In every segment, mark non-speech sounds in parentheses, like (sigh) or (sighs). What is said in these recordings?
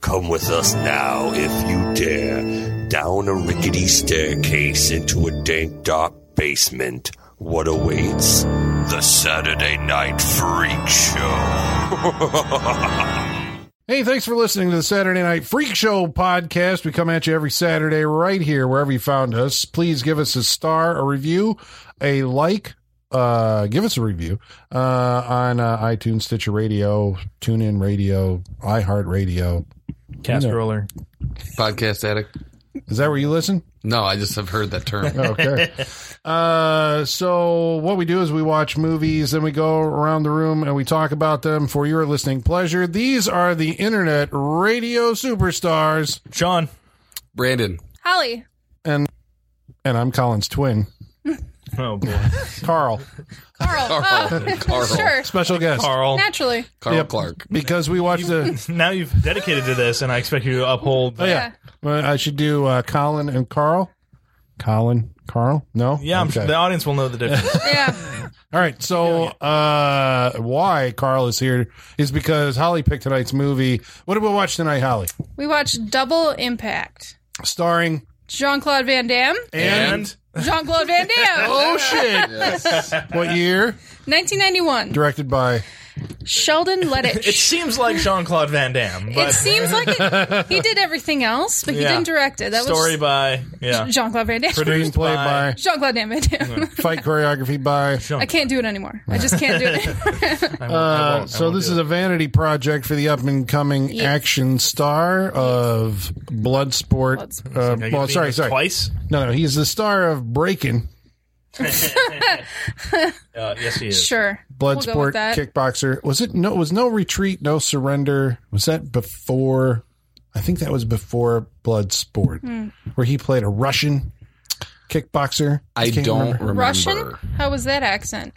Come with us now, if you dare, down a rickety staircase into a dank, dark basement. What awaits? The Saturday Night Freak Show. (laughs) Hey, thanks for listening to the Saturday Night Freak Show podcast. We come at you every Saturday right here, wherever you found us. Please give us a star, a review, a like, uh, give us a review uh, on uh, iTunes, Stitcher Radio, TuneIn Radio, iHeartRadio. Castroller. Podcast addict. Is that where you listen? No, I just have heard that (laughs) term. Okay. uh, so what we do is we watch movies, then we go around the room and we talk about them for your listening pleasure. These are the internet radio superstars, Sean. Brandon. Holly. and I'm Colin's twin, Oh boy. (laughs) Carl, Carl. Carl. (laughs) Oh, Carl. (laughs) sure. special guest. Carl. Naturally. Carl Yep. (laughs) Clark. Because we watch the. Now you've dedicated to this, and I expect you to uphold. Oh yeah, Well, I should do uh, Colin and Carl. Colin, Carl, no, Yeah, I'm Okay. sure the audience will know (laughs) the difference. Yeah. All right. So, uh, why Carl is here is because Holly picked tonight's movie. What did we watch tonight, Holly? We watched Double Impact. Starring Jean Claude Van Damme. and Jean Claude Van Damme. (laughs) oh shit, what year? 1991. Directed by Sheldon it Lettich. seems like Jean Claude Van Damme, It but seems (laughs) like it, he did everything else, but he Yeah. didn't direct it. That story was by yeah. Jean Claude Van Damme. (laughs) Produced screenplay by- by, Jean Claude Van (laughs) Damme. fight choreography by. (laughs) I can't do it anymore. I just can't do (laughs) it (laughs) anymore. I won't- I Uh, won't- I so won't this do is it. a vanity project for the up and coming Yes. action star of Bloodsport. Bloodsport. Uh, Can I get well, beat sorry, this sorry. Twice. No, no, he's the star of Breaking Uh, yes, he is. sure. We'll go with Bloodsport that. kickboxer. Was it no? It was no retreat, no surrender. Was that before? I think that was before Bloodsport, Hmm. where he played a Russian kickboxer. I can't don't remember. remember. Russian? How was that accent?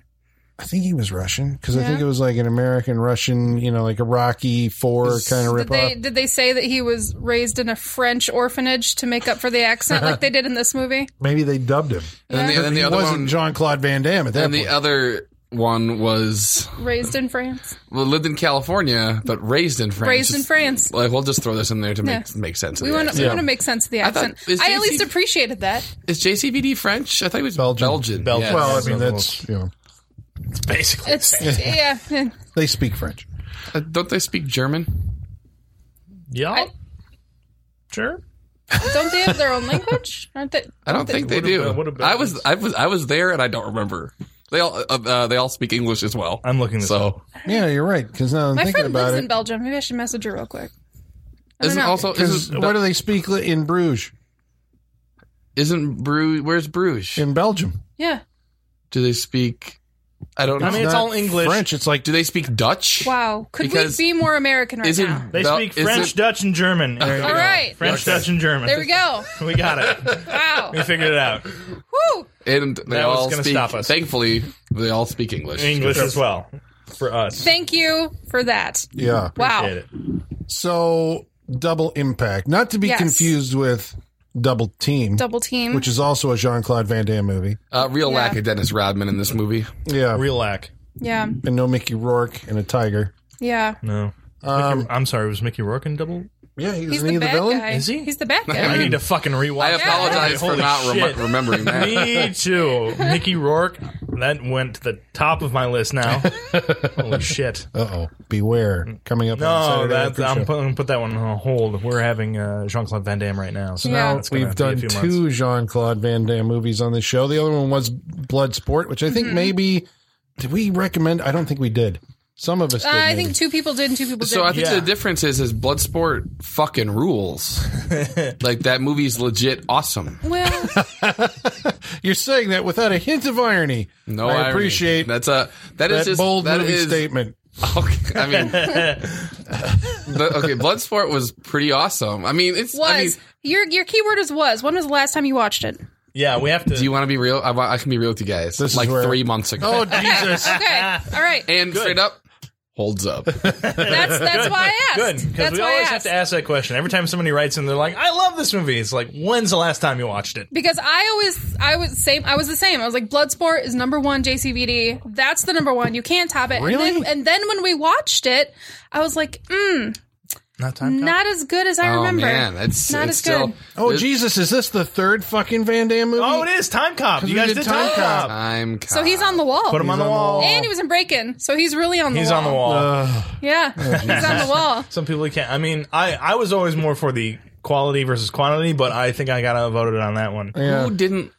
I think he was Russian because I Yeah. think it was like an American Russian, you know, like a Rocky Four kind of Did they ripoff. did they say that he was raised in a French orphanage to make up for the accent, like they did in this movie? Maybe they dubbed him. And then the, and then the He other wasn't one. Jean Claude Van Damme at that and point. the other one was Raised in France. well, lived in California but raised in France. Raised in Just- France. Like we'll just throw this in there to make Yeah. make sense. Of We the want accent. to we want to make sense of the thought- accent. is I at JC least appreciated that. Is JCVD French? I thought it was Belgian. Belgian. Belgian. yes. well, I mean, that's you know, It's (laughs) basically. It's yeah. they speak French. Uh, don't they speak German? yeah. I- sure. Don't they have their own language? Aren't they? I don't think they what do. about- what about I was I was I was there and I don't remember. They all uh, uh, they all speak English as well. I'm looking this up. so Yeah, you're right. Because now I'm My thinking friend about lives in it. Belgium. Maybe I should message her real quick. I don't isn't know. also Because isn't, what do they speak li- in Bruges isn't Bruges? Where's Bruges? in Belgium? Yeah. Do they speak? I don't know. I mean, it's not all English. French. It's like do they speak Dutch? Wow. Could Because- we be more American right Is it? now? They Bel- speak is French, it- Dutch, and (laughs) German. There you All go. right. French, Dutch, and German. There we go. (laughs) We got it. Wow. We figured it out. Woo. And they That was all gonna speak. stop us. Thankfully, they all speak English. English as well for us. Thank you for that. yeah. Appreciate Wow. it. So double impact, not to be Yes. confused with double team, Double team. which is also a Jean Claude Van Damme movie. Uh, real Yeah. lack of Dennis Rodman in this movie. Yeah, Real lack. yeah. and no Mickey Rourke and a tiger. Yeah. No. Um, I'm sorry, was Mickey Rourke in double? yeah, he was He's in the the bad villain. guy. Is he? He's the bad guy. I need to fucking rewatch. I that. apologize for Holy not shit. rem- remembering that. Me too. Mickey Rourke. That went to the top of my list (laughs) now. Holy shit. Uh oh, beware coming up. No, on Saturday that's, Night I'm Freak Show. putting put that one on hold. We're having uh, Jean Claude Van Damme right now. So Yeah. now Now it's gonna We've have done to be a few months. two Jean Claude Van Damme movies on this show. The other one was Bloodsport, which I think Mm-hmm. maybe did we recommend? I don't think we did. Some of us. Did, Uh, I maybe. think two people did and two people So I didn't. think Yeah. the difference is is Bloodsport fucking (laughs) rules. like that movie's legit awesome. well, You're saying that without a hint of irony. No, I irony. appreciate that's a that that is just bold that movie is- statement. (laughs) Okay, I (laughs) mean, the, okay, Bloodsport was pretty awesome. I mean, it's was I mean, your your keyword is was. When was the last time you watched it? Yeah, we have to. do you want to be real? I, wa- I can be real with you guys. This is like where- three months ago, Oh Jesus! Okay, all right. and straight up holds (laughs) up. Oh, That's that's why I Good, asked. because That's we why I always asked. have to ask that question. Every time somebody writes in, they're like, I love this movie. It's like, when's the last time you watched it? Because I always I was same I was the same. I was like Bloodsport is number one JCVD. That's the number one. You can't top it. Really? And then, and then when we watched it, I was like, mm, Not time. Cop? Not as good as I Oh remember. man, it's Not it's as still good. Oh, it's Jesus, is this the third fucking Van Damme movie? Oh, it is time cop. 'Cause You we guys did did, Time time, Cop. cop. Time cop. So he's on the wall. Put him on the wall. and he was in Breaking, so he's really on the He's wall. on the wall. Yeah, Oh, he's on the wall. Some people can't. I mean, I I was always more for the quality versus quantity, but I think I got outvoted on that one. Yeah. Who didn't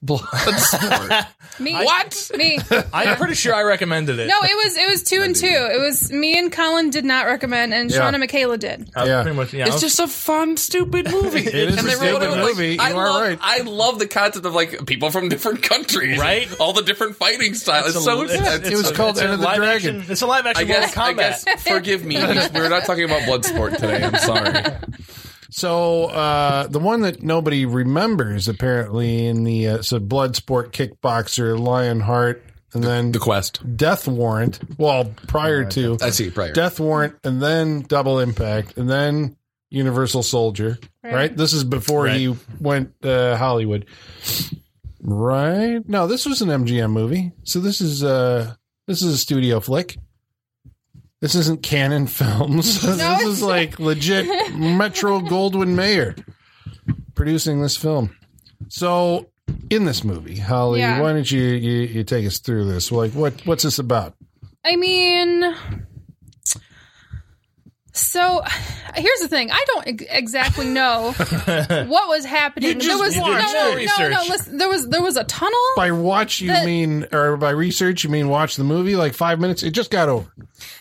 (laughs) (laughs) Bloodsport? Me, What? Me. I'm pretty sure I recommended it. No, it was it was two and two. It was me and Colin did not recommend, and Yeah. Shauna Michaela did. I Yeah. Uh, pretty much. Yeah, I it's was- just a fun, stupid (laughs) movie. it is a wrote stupid it, like, movie. I You are love, right. I love the concept of like people from different countries, Right? All the different fighting styles. It's, a- so it's- it's- It was it's- called it's a End of the live Dragon. action- It's a live action I guess. I Mortal Kombat. guess. Forgive me. We're not talking about Bloodsport today. (laughs) I'm sorry. So uh, the one that nobody remembers apparently in the uh, so Bloodsport, Kickboxer, Lionheart, and then The Quest. Death Warrant. Well, prior to I see. Prior. Death Warrant, and then Double Impact, and then Universal Soldier. Right. Right. This is before he went uh, Hollywood. Right? No, this was an MGM movie. So this is uh this is a studio flick. This isn't canon (laughs) films. this is like legit (laughs) Metro Goldwyn Mayer producing this film. So in this movie, Holly, Yeah. why don't you, you you take us through this? Like what what's this about? I mean, so here's the thing: I don't ex- (laughs) exactly know what was happening. You just there was You no, did no, no no, no, research. Listen, there was there was a tunnel. By watch you mean or by research you mean watch the movie like 5 minutes it just got over.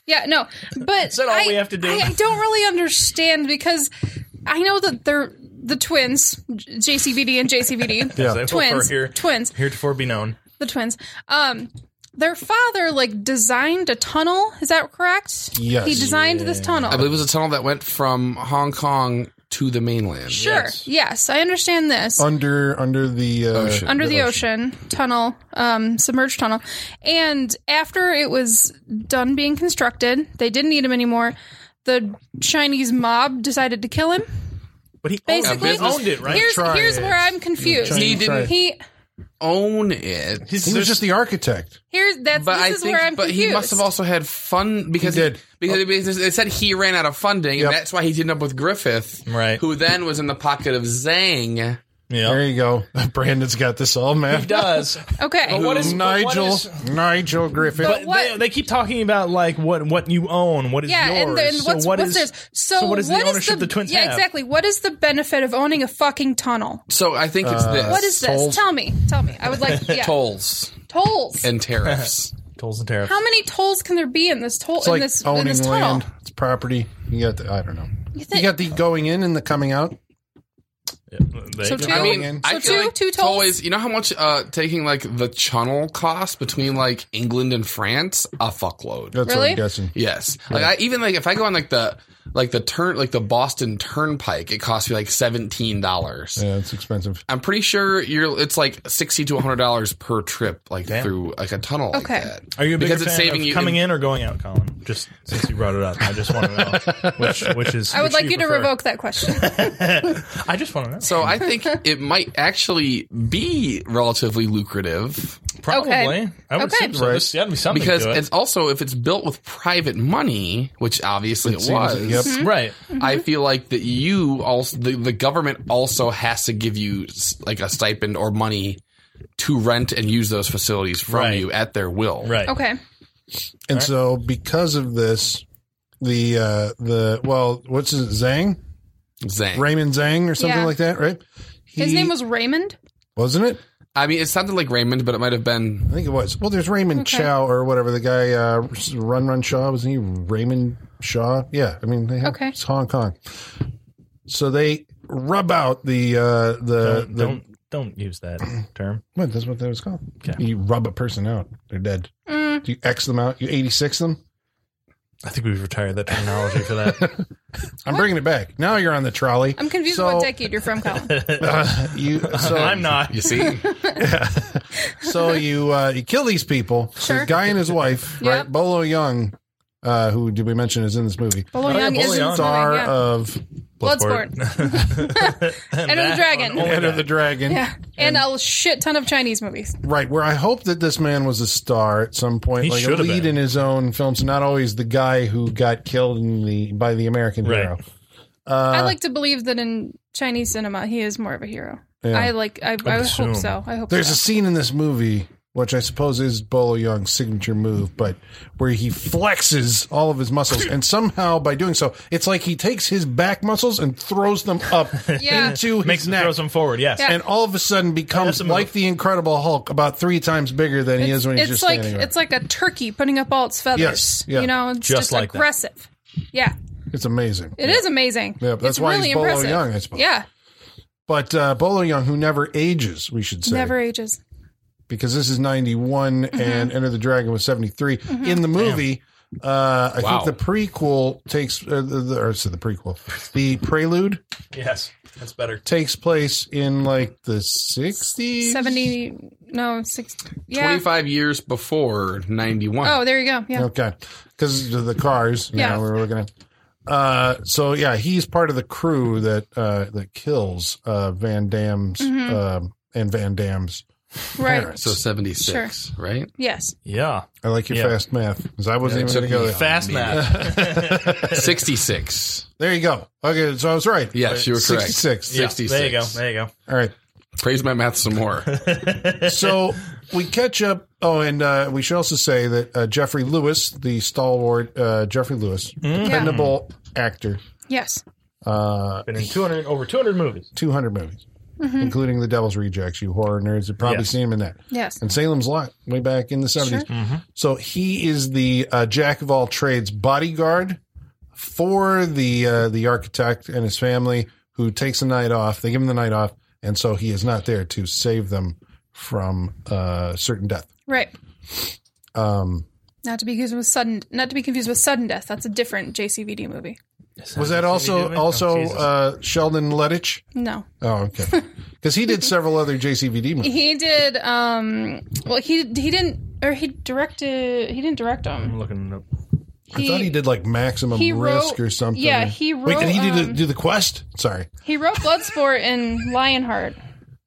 Yeah, no, but that all I, we have to do? I, I don't really understand because I know that they're the twins, J- JCVD (laughs) and JCVD, Yeah. As I hope twins, for here, twins, heretofore be known. the twins. Um, their father like designed a tunnel. Is that correct? Yes. he designed this tunnel. I believe it was a tunnel that went from Hong Kong to the mainland. sure. Yes. I understand this. under under the uh, Oh, Ocean. under the ocean, tunnel, um, submerged tunnel. And after it was done being constructed, they didn't need him anymore. The Chinese mob decided to kill him. But he owned, Basically, he owned it, right? Here's, Try here's it. where I'm confused. He didn't- He Own it. He was just the architect. here's that's But this I is think, where I'm but confused. he must have also had fun because He did. Oh. because it- because it said he ran out of funding, Yep. and that's why he teamed up with Griffith, Right. Who then was in the pocket of Zhang. yeah. There you go. (laughs) Brandon's got this all He mapped. (laughs) does. okay. But what is but what Nigel is- Nigel Griffin. But what- They, they keep talking about like what what you own, what is yeah, yours. and, then so what's what what's is- theirs? So, what is the what is ownership the twins Yeah, have? exactly. What is the benefit of owning a fucking tunnel? So I think it's this. What is this? Uh, Tolls. Tell me. Tell me. I would like yeah. tolls tolls. (laughs) and tariffs? tolls and tariffs. How many tolls can there be in this toll it's in like this in owning this tunnel? land. It's property. You got the I don't know. You, think- got the going in and the coming out. Yeah, So there you two. go. I mean, Going in. I So feel two- like two it's tolls? always- You know how much uh, taking like the channel costs between like England and France? A fuckload. That's what Really? I'm guessing. Yes. Like I even like if I go on like the like the turn like the Boston Turnpike, it costs me like seventeen dollars. Yeah, it's expensive. I'm pretty sure you're it's like sixty to hundred dollars per trip, like through like a tunnel like Okay. that. Are you a bigger because it's fan saving of you coming in or going out, Colin? Just since you brought it up, I just want to (laughs) know which which is. I would which like you to prefer. revoke that question. I just want to know. So I think it might actually be relatively lucrative Probably. Okay. I would Okay. assume so. There's got to be something because to it. it's also if it's built with private money, which obviously it, seems- was. yep. Mm-hmm. right. I feel like that you also the, the government also has to give you s- like a stipend or money to rent and use those facilities from Right. you at their will. Right. Okay. And so because of this, the uh the well, what's his Zhang? Zang. Raymond Zhang or something Yeah. like that, right? His He- name was Raymond. wasn't it? I mean, it sounded like Raymond, but it might have been. I think it was. Well, there's Raymond Okay. Chow or whatever the guy, uh, Run Run Shaw. Wasn't he Raymond Shaw? Yeah. I mean, they have, Okay. it's Hong Kong. So they rub out the, uh, the, Don't, the don't don't use that term. what, that's what that was called. Okay. You rub a person out. They're dead. Mm. Do you X them out? You 86 them? I think we've retired that terminology for (laughs) that. I'm bringing it back. Now you're on the trolley. I'm confused So- what decade you're from, Colin. Uh, (laughs) (laughs) you, so I'm not. You see, so you uh, you kill these people. So Sure. The guy and his (laughs) wife, Yep. right? Bolo Young, uh, who did we mention is in this movie? Bolo Young Bolo is Young. in this movie, star yeah. of Bloodsport. and Enter the that Dragon. one, only Enter that. the Dragon. Yeah. And, a shit ton of Chinese movies. Right, where I hope that this man was a star at some point, He like a should have lead been. in his own films, not always the guy who got killed in the by the American Right. hero. I like to believe that in Chinese cinema, he is more of a hero. Yeah. I like. I, I assume. hope so. I hope There's so. a scene in this movie, which I suppose is Bolo Young's signature move, but where he flexes all of his muscles, and somehow by doing so, it's like he takes his back muscles and throws them up (laughs) Yeah. into his Makes him neck. throws him forward. Yes. Yeah. and all of a sudden That's becomes a move. like the Incredible Hulk, about three times bigger than he is when he's it's just like standing there. it's like a turkey putting up all its feathers. Yes, yeah. You know, it's Just just, like that. aggressive. Yeah. It's amazing. it is amazing. Yeah, but that's it's why really he's Bolo impressive. Young, I suppose. Yeah. But uh, Bolo Young, who never ages, we should say, Never ages. because this is 91 and Enter the Dragon was 73. In the movie, uh, I Wow. think the prequel takes, uh, the, the, or so the prequel, the prelude Yes. That's better. takes place in like the 60s? 70, no, 60. Yeah. 25 years before 91. Oh, there you go. Yeah. Okay. Because of the cars yeah. Yeah. we were looking at. Uh, so yeah, he's part of the crew that uh, that kills uh, Van Dam's um, and Van Dam's Right. parents. So 76, right? Yes. Yeah. I like your Yeah. fast math because I wasn't Yeah, it even going took to go me there. a Fast (laughs) math. 66. There you go. Okay, so I was right. Yes, you were correct. 66. Yeah, There you go. 66. There you go. All right. Praise my math some more. So (laughs) we catch up. Oh, and uh, we should also say that uh, Jeffrey Lewis, the stalwart uh, Jeffrey Lewis, dependable actor, Yes. uh, Been in 200 over 200 movies. 200 movies, including The Devil's Rejects. You horror nerds have probably Yes. seen him in that. Yes. And Salem's Lot, way back in the 70s. Mm-hmm. So he is the uh, jack of all trades bodyguard for the uh, the architect and his family who takes the night off. They give him the night off, and so he is not there to save them from uh, certain death. Right. Um, Not to be confused with sudden. Not to be confused with sudden deth. That's a different JCVD movie. was that also JCVD? also Oh, Jesus. uh, Sheldon Lettich? No. Oh, okay. (laughs) Because he did several other JCVD movies. He did. Um. Well, he he didn't or he directed. He didn't direct them. I'm looking up. I thought he did like Maximum he wrote- Risk or something. yeah, he Wait, did wrote, he do, the, um, do the quest? Sorry. He wrote Bloodsport and Lionheart.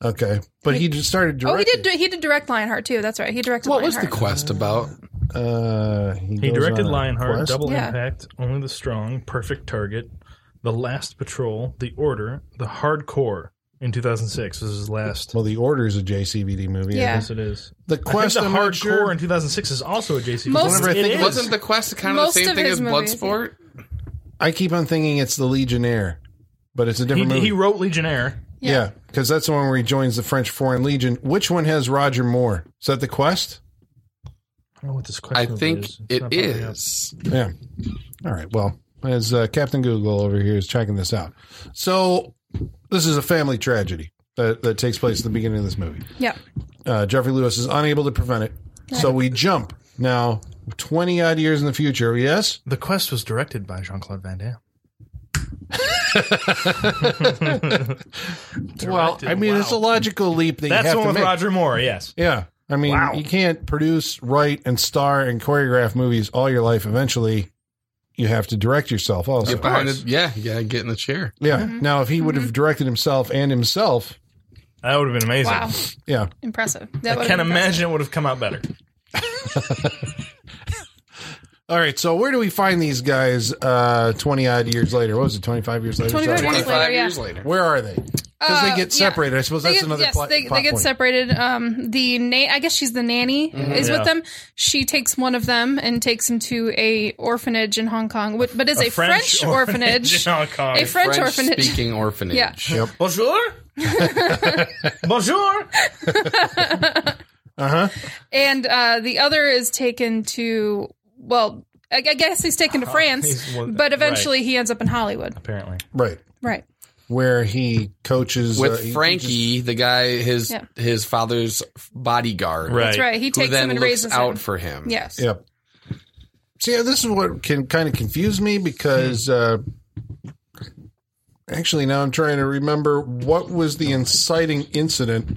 Okay, but he just started directing. Oh, he did. do- He did direct Lionheart too. That's right. He directed. what was Lionheart. the quest about? Uh, He goes directed on a Lionheart, quest. Double Yeah. Impact, Only the Strong, Perfect Target, The Last Patrol, The Order, The Hardcore in 2006 was his last. Well, the order is a JCVD movie. I Yeah. guess. Yes, it is. The quest. I think I'm the not hardcore sure. in 2006 is also a JC. Most- Whenever I it think is. of- Wasn't the quest kind of Most the same of thing his as movies, yeah. Bloodsport? I keep on thinking it's the Legionnaire, but it's a different he, movie. he wrote Legionnaire. yeah, because that's the one where he joins the French Foreign Legion. Which one has Roger Moore? Is that the quest? I don't know what this I question think is. It's it not popping up. is. Yeah. All right. Well, as uh, Captain Google over here is checking this out, so this is a family tragedy that, that takes place at the beginning of this movie. Yeah. uh, Jeffrey Lewis is unable to prevent it. So we jump now 20 odd years in the future. Yes? The quest was directed by Jean Claude Van Damme. Well, I mean, wow. it's a logical leap that That's you the have one to with make. Roger Moore. Yes. Yeah. I mean, Wow. you can't produce, write, and star and choreograph movies all your life. Eventually, you have to direct yourself also. Get behind it. Yeah, you gotta get in the chair. Yeah. Mm-hmm. Now, if he would have directed himself and himself, That would have been amazing. Wow. yeah. Impressive. That I would've can't been impressive. imagine it would have come out (laughs) better. All right. So where do we find these guys uh, 20 odd years later? What was it, 25 years later? 25 Sorry. years 25 later, yeah. years later. Where are they? Because Uh, they get yeah. separated. I suppose They that's get- another yes, plot, they, plot they get point. separated. Um, the na- I guess she's the nanny is Yeah. with them. She takes one of them and takes him to a orphanage in Hong Kong, wh- but is a, French, orphanage, in Hong Kong. a French, orphanage. speaking orphanage. Yeah. Bonjour. (laughs) Bonjour. and uh, the other is taken to well, I, I guess he's taken to Oh, France, Oh, he's one- but eventually he ends up in Hollywood. Apparently. Right. Right. where he coaches uh, With he teaches- Frankie, the guy, his Yeah. his father's bodyguard, Right. That's right. He who takes then him and looks raises out him. for him. yes. Yep. See, uh, this is what can kind of confuse me because uh, actually now I'm trying to remember what was the inciting incident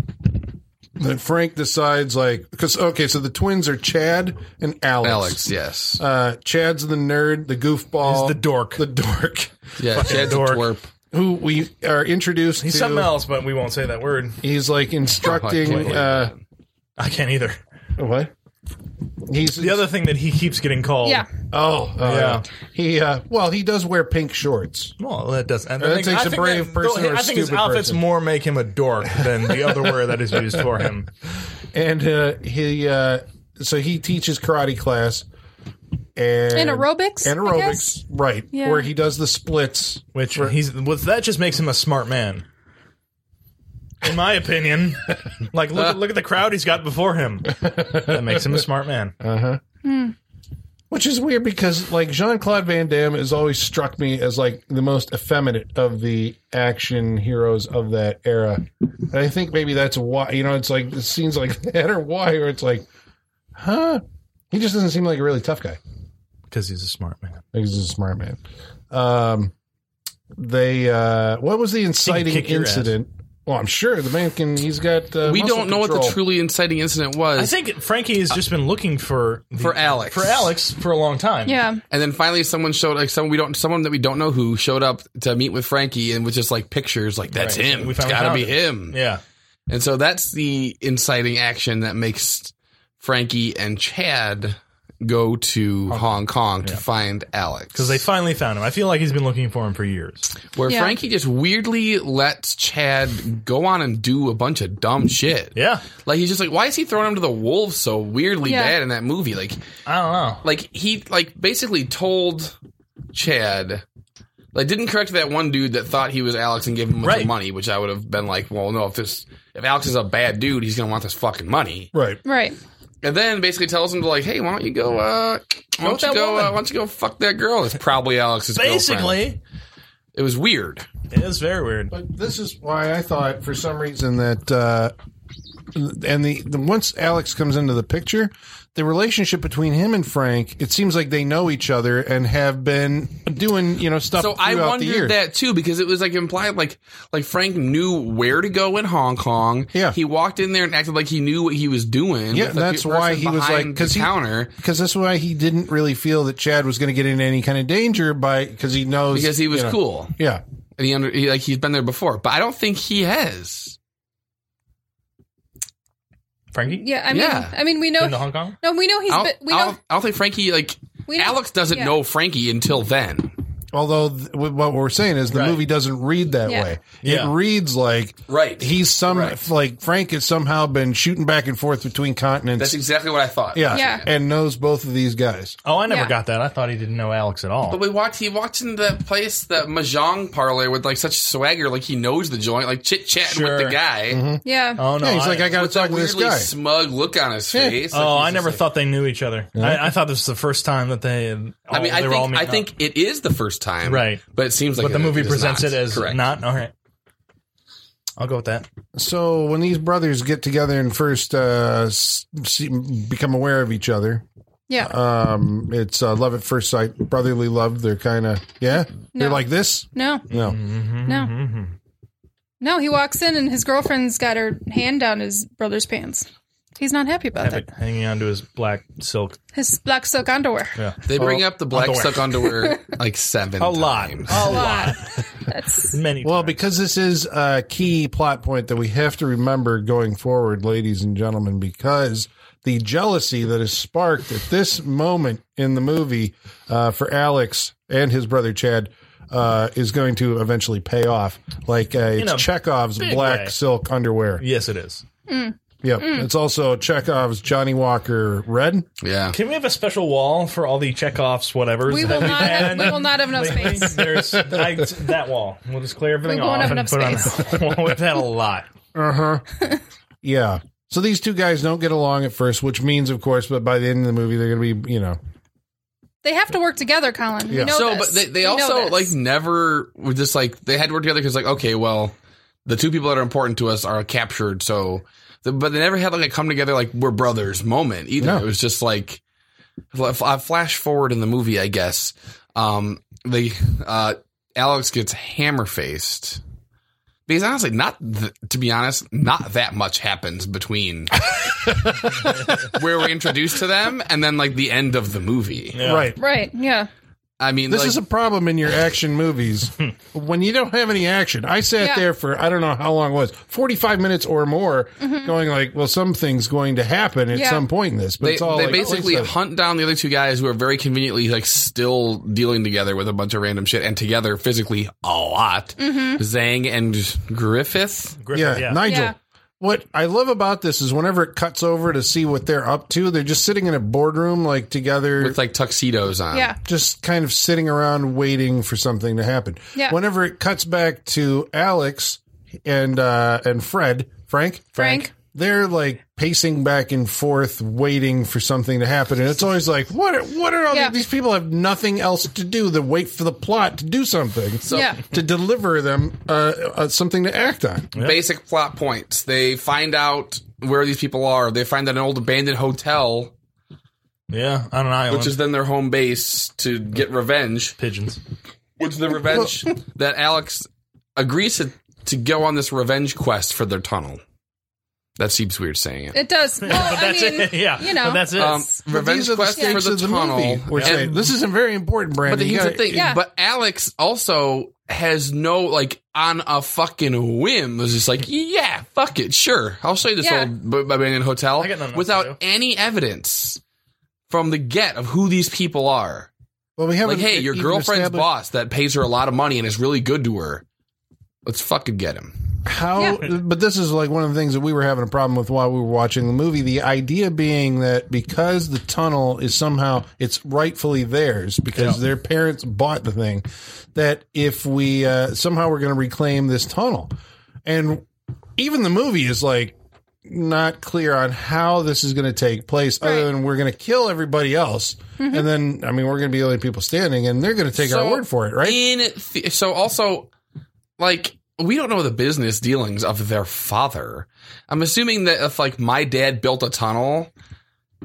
that Frank decides like because okay, so the twins are Chad and Alex. Alex, yes, Uh, Chad's the nerd, the goofball, He's the dork. the dork. (laughs) yeah, Chad's a dork. twerp. who we are introduced He's to. something else, but we won't say that word. He's like Oh, I instructing. can't uh, I can't either. what? He's The other thing that he keeps getting called. Yeah. Oh, uh, Yeah. He uh, well, he does wear pink shorts. Well, that does. And That takes a brave person or a I think his stupid outfits person. more make him a dork than (laughs) the other word that is used for him. and uh, he uh, so he teaches karate class and, And aerobics, and I aerobics guess? right Yeah. where he does the splits Which he's well, that just makes him a smart man, in my opinion. like look look at the crowd he's got before him. That makes him a smart man. Uh, which is weird because like jean-claude van damme has always struck me as like the most effeminate of the action heroes of that era and i think maybe that's why you know it's like it seems like (laughs) that or why or it's like huh he just doesn't seem like a really tough guy Because he's a smart man. Like, he's a smart man um they uh what was the inciting kick your ass. incident well i'm sure the man can he's got uh, we muscle don't know what the control. truly inciting incident uh, I was, think Frankie has just been looking for the- For Alex. for Alex for a long time. Yeah. and then finally someone showed like someone we don't someone that we don't know who showed up to meet with Frankie and was just like pictures like that's Right. him. We it's finally got to found be it. him. yeah. And so that's the inciting action that makes Frankie and Chad go to Hong Kong to find Alex. Because they finally found him. I feel like he's been looking for him for years. where Yeah. Frankie just weirdly lets Chad go on and do a bunch of dumb shit. Yeah, Like he's just like, why is he throwing him to the wolves so weirdly Yeah. bad in that movie? Like, I don't know. like he like basically told Chad, like didn't correct that one dude that thought he was Alex and gave him Right. the money, which I would have been like, well, no, if this if Alex is a bad dude, he's gonna want this fucking money. right Right. And then basically tells him to like, hey, why don't you go? uh Why with don't you that go? woman. Uh, why don't you go fuck that girl? It's probably Alex's. girlfriend. Basically, it was weird. it is very weird. But this is why I thought, for some reason, that uh, and the, the once Alex comes into the picture, the relationship between him and Frank, it seems like they know each other and have been doing you know stuff. So I throughout the year. wondered that too because it was like implied like like Frank knew where to go in Hong Kong. Yeah. he walked in there and acted like he knew what he was doing. Yeah, with the that's pe- why person he was behind like the because counter because that's why he didn't really feel that Chad was going to get in any kind of danger by because he knows because he was you know. cool Yeah, and he under he, like he's been there before. But I don't think he has. Frankie, Yeah. I mean, Yeah. I mean, we know. into Hong Kong. No, we know he's. I Been, don't, we I know. don't- I don't think Frankie like We know- Alex doesn't yeah. know Frankie until then. although th- what we're saying is the Right. movie doesn't read that Yeah. way. It Yeah. reads like Right. He's some Correct. like Frank has somehow been shooting back and forth between continents. That's exactly what I thought. yeah, Yeah. and knows both of these guys. Oh, I never Yeah. got that. I thought he didn't know Alex at all. But we walked. He walked into that place, that mahjong parlor, with like such swagger, like he knows the joint, like chit chatting Sure. with the guy. yeah. oh no, yeah, he's like, I got to With that talk to this weirdly guy. smug look on his Yeah. face. Oh, Like, I he's never just like- thought they knew each other. I, I thought this was the first time that they. All, I mean, I they were all think I meeting think up. it is the first time, Right. But it seems like but the it- movie it is presents not. it as Correct. not. All right, I'll go with that. so when these brothers get together and first uh, s- see, become aware of each other, Yeah. uh, um, it's uh, love at first sight, brotherly love. They're kind of yeah. They're No. like this. no. No, mm-hmm. No. No. He walks in and his girlfriend's got her hand down his brother's pants. He's not happy about that. Hanging on to his black silk. His black silk underwear. They bring up the black underwear. (laughs) silk underwear like seven A lot. times. A lot. (laughs) That's Many. well, times. because this is a key plot point that we have to remember going forward, ladies and gentlemen, because the jealousy that is sparked at this moment in the movie uh, for Alex and his brother Chad. Uh, is going to eventually pay off like uh, it's a Chekhov's big black way. silk underwear. yes, it is. Yep, it's also Chekhov's Johnny Walker Red. Yeah. Can we have a special wall for all the Chekhov's whatever's? we that will we've not have, had? we will not (laughs) have enough Like, space. There's I, that wall. We'll just clear everything We won't off have and enough put it on space. that wall. We've had (laughs) a lot. Uh Uh-huh. huh. (laughs) yeah. So these two guys don't get along at first, which means, of course, but by the end of the movie, they're going to be, you know, They have to work together, Colin. We Yeah. know So, this. but they, they We know also this. like never were just like they had to work together because like okay, well, the two people that are important to us are captured, so the, but they never had like a come together like we're brothers moment either. No. It was just like if I flash forward in the movie, I guess. Um, they uh, Alex gets hammer faced. Because honestly, not th- to be honest, not that much happens (laughs) between where we're introduced to them and then like the end of the movie. Yeah. right. right. Yeah. I mean, This like, is a problem in your action (laughs) movies when you don't have any action. I sat Yeah. there for I don't know how long it was, forty five minutes or more, going like, well, something's going to happen at Mm-hmm. Yeah. some point in this, but they, it's all they like, basically oh, it's a- hunt down the other two guys who are very conveniently like still dealing together with a bunch of random shit and together physically a lot. Zhang and Griffith. yeah, Griffith, Nigel. Yeah. What I love about this is whenever it cuts over to see what they're up to, they're just sitting in a boardroom like together, with like tuxedos on. yeah. just kind of sitting around waiting for something to happen. Yeah. Whenever it cuts back to Alex and uh and Fred, Frank, Frank. they're like pacing back and forth waiting for something to happen and it's always like what are, what are all Yeah. these people have nothing else to do than wait for the plot to do something Yeah. to deliver them uh, uh, something to act on Basic plot points. They find out where these people are. They find an old abandoned hotel, Yeah, on an island. Uh-huh. which is then their home base to get revenge. pigeons. Which the revenge (laughs) that Alex agrees to, to go on this revenge quest for their tunnel. That seems weird saying it. It does. Well, But I that's mean, it. (laughs) Yeah, you know, but that's it. Um, revenge These are the quest for stakes the, of tunnel. movie. We're And- saying this is a very important brand But the, here's the thing. Yeah. But Alex also has no like on a fucking whim was just like, yeah, fuck it, sure, I'll stay at this Yeah. old b- abandoned hotel I got nothing else to do. without any evidence from the get of who these people are. well we have like, hey, your girlfriend's boss that pays her a lot of money and is really good to her. Let's fucking get him. How? But this is like one of the things that we were having a problem with while we were watching the movie. The idea being that because the tunnel is somehow it's rightfully theirs because their parents bought the thing, that if we uh, somehow we're going to reclaim this tunnel, and even the movie is like not clear on how this is going to take place other Right. Mm-hmm. than we're going to kill everybody else and then i mean we're going to be the only people standing and they're going to take So- our word for it (laughs) right In th- so also, like we don't know the business dealings of their father. I'm assuming that if like my dad built a tunnel,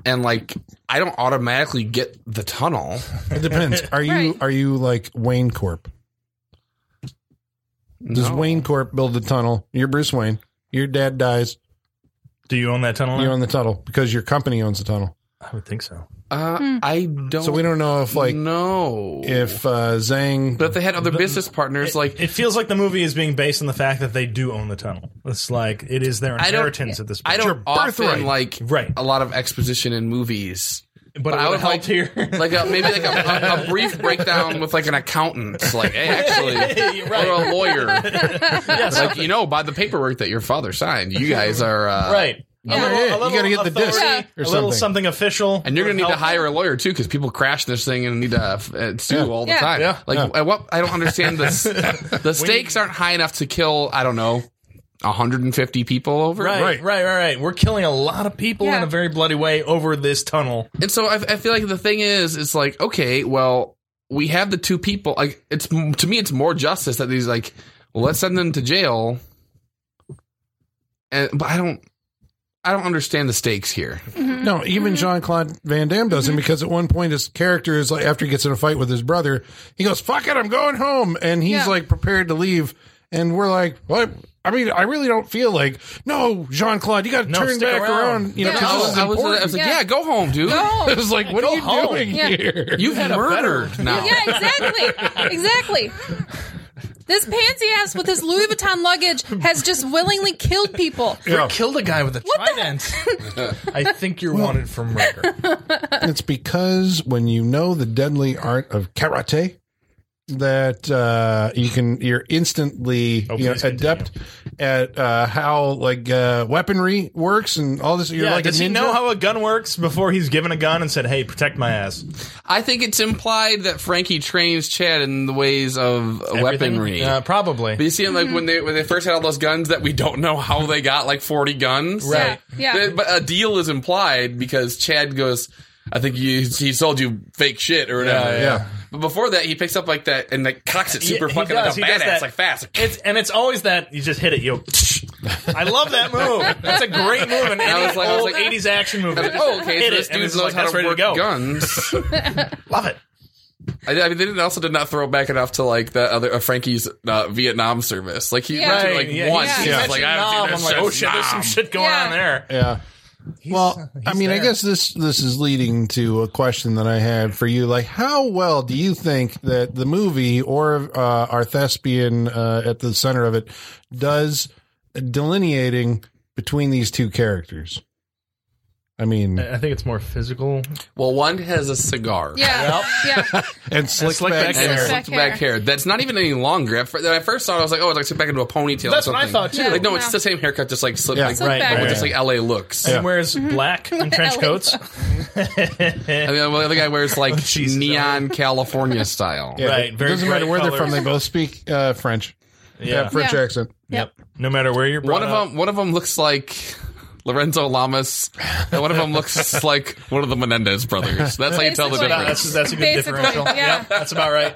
and like I don't automatically get the tunnel. it depends are you Right. are you like wayne corp (laughs) Does No. Wayne Corp build the tunnel? You're Bruce Wayne. Your dad dies. Do you own that tunnel? You now? own the tunnel because your company owns the tunnel. I would think so. Uh, I don't. So we don't know if like know if uh, Zhang. But if they had other business partners, like It feels like the movie is being based on the fact that they do own the tunnel. It's like it is their I don't- inheritance at this point. I don't often like Right. a lot of exposition in movies. but, but it I would would help here. (laughs) Like a, maybe like a, a, a brief breakdown with like an accountant, like (laughs) hey, (laughs) actually, You're right. or (laughs) a lawyer. yeah, so- Like you know, by the paperwork that your father signed, you guys are uh, right. Yeah. Yeah, you gotta get the disc authority, or a something. little something official, And you're would gonna need to help. hire a lawyer too, because people crash this thing and need to uh, uh, sue Yeah. all the Yeah. time. Yeah. Like, at what? I don't (laughs) understand this. the stakes aren't high enough to kill. I don't know, 150 people over. Right, right, right, right, We're killing a lot of people Yeah. in a very bloody way over this tunnel. And so I, I feel like the thing is, it's like okay, well, we have the two people. Like, it's to me, it's more justice that these like, well, let's send them to jail. And but I don't, I don't understand the stakes here. No, even Jean Claude Van Damme doesn't because at one point his character is like after he gets in a fight with his brother, he goes "fuck it, I'm going home," and he's Yeah. like prepared to leave, and we're like, "What?" I mean, I really don't feel like no, Jean Claude, you got to No, turn stick back around. around. you know, Yeah. 'cause I this Oh, is was, I was, (laughs) I was like, important. yeah, Yeah. go home, dude. Go (laughs) home. it was like, what are you home. doing? Yeah. here. You've murdered now. Yeah, exactly. exactly. This pansy ass with his Louis Vuitton luggage has just willingly killed people. Yeah. Killed a guy with a trident. I think you're wanted for (laughs) murder. It's because when you know the deadly art of karate, that uh, you can you're instantly you know, Oh, please continue. adept at uh, how like uh, weaponry works and all this. You're Yeah, like does a ninja. he know how a gun works before he's given a gun and said, "Hey, protect my ass"? I think it's implied that Frankie trains Chad in the ways of weaponry. Uh, probably. but you see him like when they when they first had all those guns that we don't know how they got like forty guns. Right. Yeah. They- But a deal is implied because Chad goes, I think you, he sold you fake shit or whatever. yeah. Yeah. But before that, he picks up like that and like cocks it super Yeah, he fucking does, he like a does badass, that. like fast. It's and it's always that you just hit it. You. go, (laughs) I love that move. That's a great move (laughs) in I any was like- I was old like- '80s action movie. Like, (laughs) oh, okay. So Hit this it, and dude it's knows like, how that's to ready to work go. (laughs) guns. Love it. I, I mean, they did, also did not throw it back enough to like the other uh, Frankie's uh, Vietnam service. Like he Yeah. mentioned Right, like yeah, once. yeah. He's Yeah. just like, I haven't seen am this like, since oh shit, there's some Nam." shit going Yeah. on there. Yeah. Well, I mean, I guess this this is leading to a question that I had for you. Like, how well do you think that the movie or uh, our thespian uh, at the center of it does delineating between these two characters? I mean, I think it's more physical. Well, one has a cigar. Yeah. Yeah. and slick, slick back, back And hair. it's Back slicked back hair. That's not even any longer. At fir- When I first saw it, I was like, oh, it's like slicked back into a ponytail. That's or what I something. thought, too. Like, no, Yeah. it's the same haircut, just like slick Yeah. back, Slick Right, back right. hair. with just like LA looks. Yeah. And wears black and trench LA. coats. And the other guy wears like (laughs) Jesus, neon California style. Yeah, Right, It very doesn't matter bright where they're colors. from; they both speak uh, French. Yeah, yeah. French Yeah. accent. Yep. No matter where you're brought One of up. them, one of them looks like Lorenzo Lamas, and one of (laughs) them looks like one of the Menendez brothers. That's how you tell the Basically. Yeah, difference. that's, that's a good Basically, differential. yeah. that's about right.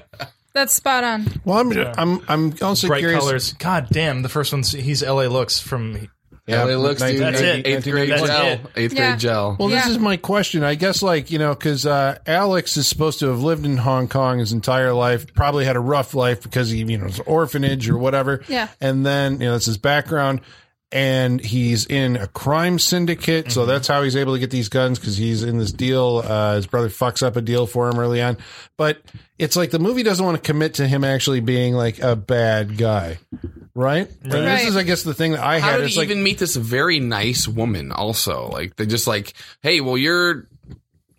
That's spot on. Well, I'm I'm I'm also Bright curious. colors. God damn, the first one's he's LA looks from Yeah, LA looks, 1980 dude. That's it. Eighth grade 1980. That's gel. it. Eighth Yeah. grade gel. Well, this Yeah. is my question. I guess, like, you know, because uh, Alex is supposed to have lived in Hong Kong his entire life, probably had a rough life because he, you know, was an orphanage or whatever. Yeah. And then, you know, that's his background. And he's in a crime syndicate. So that's how he's able to get these guns because he's in this deal. Uh, his brother fucks up a deal for him early on. But it's like the movie doesn't want to commit to him actually being like a bad guy. Right? And Right. this is, I guess, the thing that I How had. did It's he like, even meet this very nice woman? Also, like they just like, hey, well, you're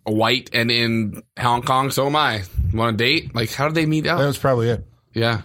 white and in Hong Kong, so am I. Want to date? Like, how did they meet that up? was probably it. Yeah,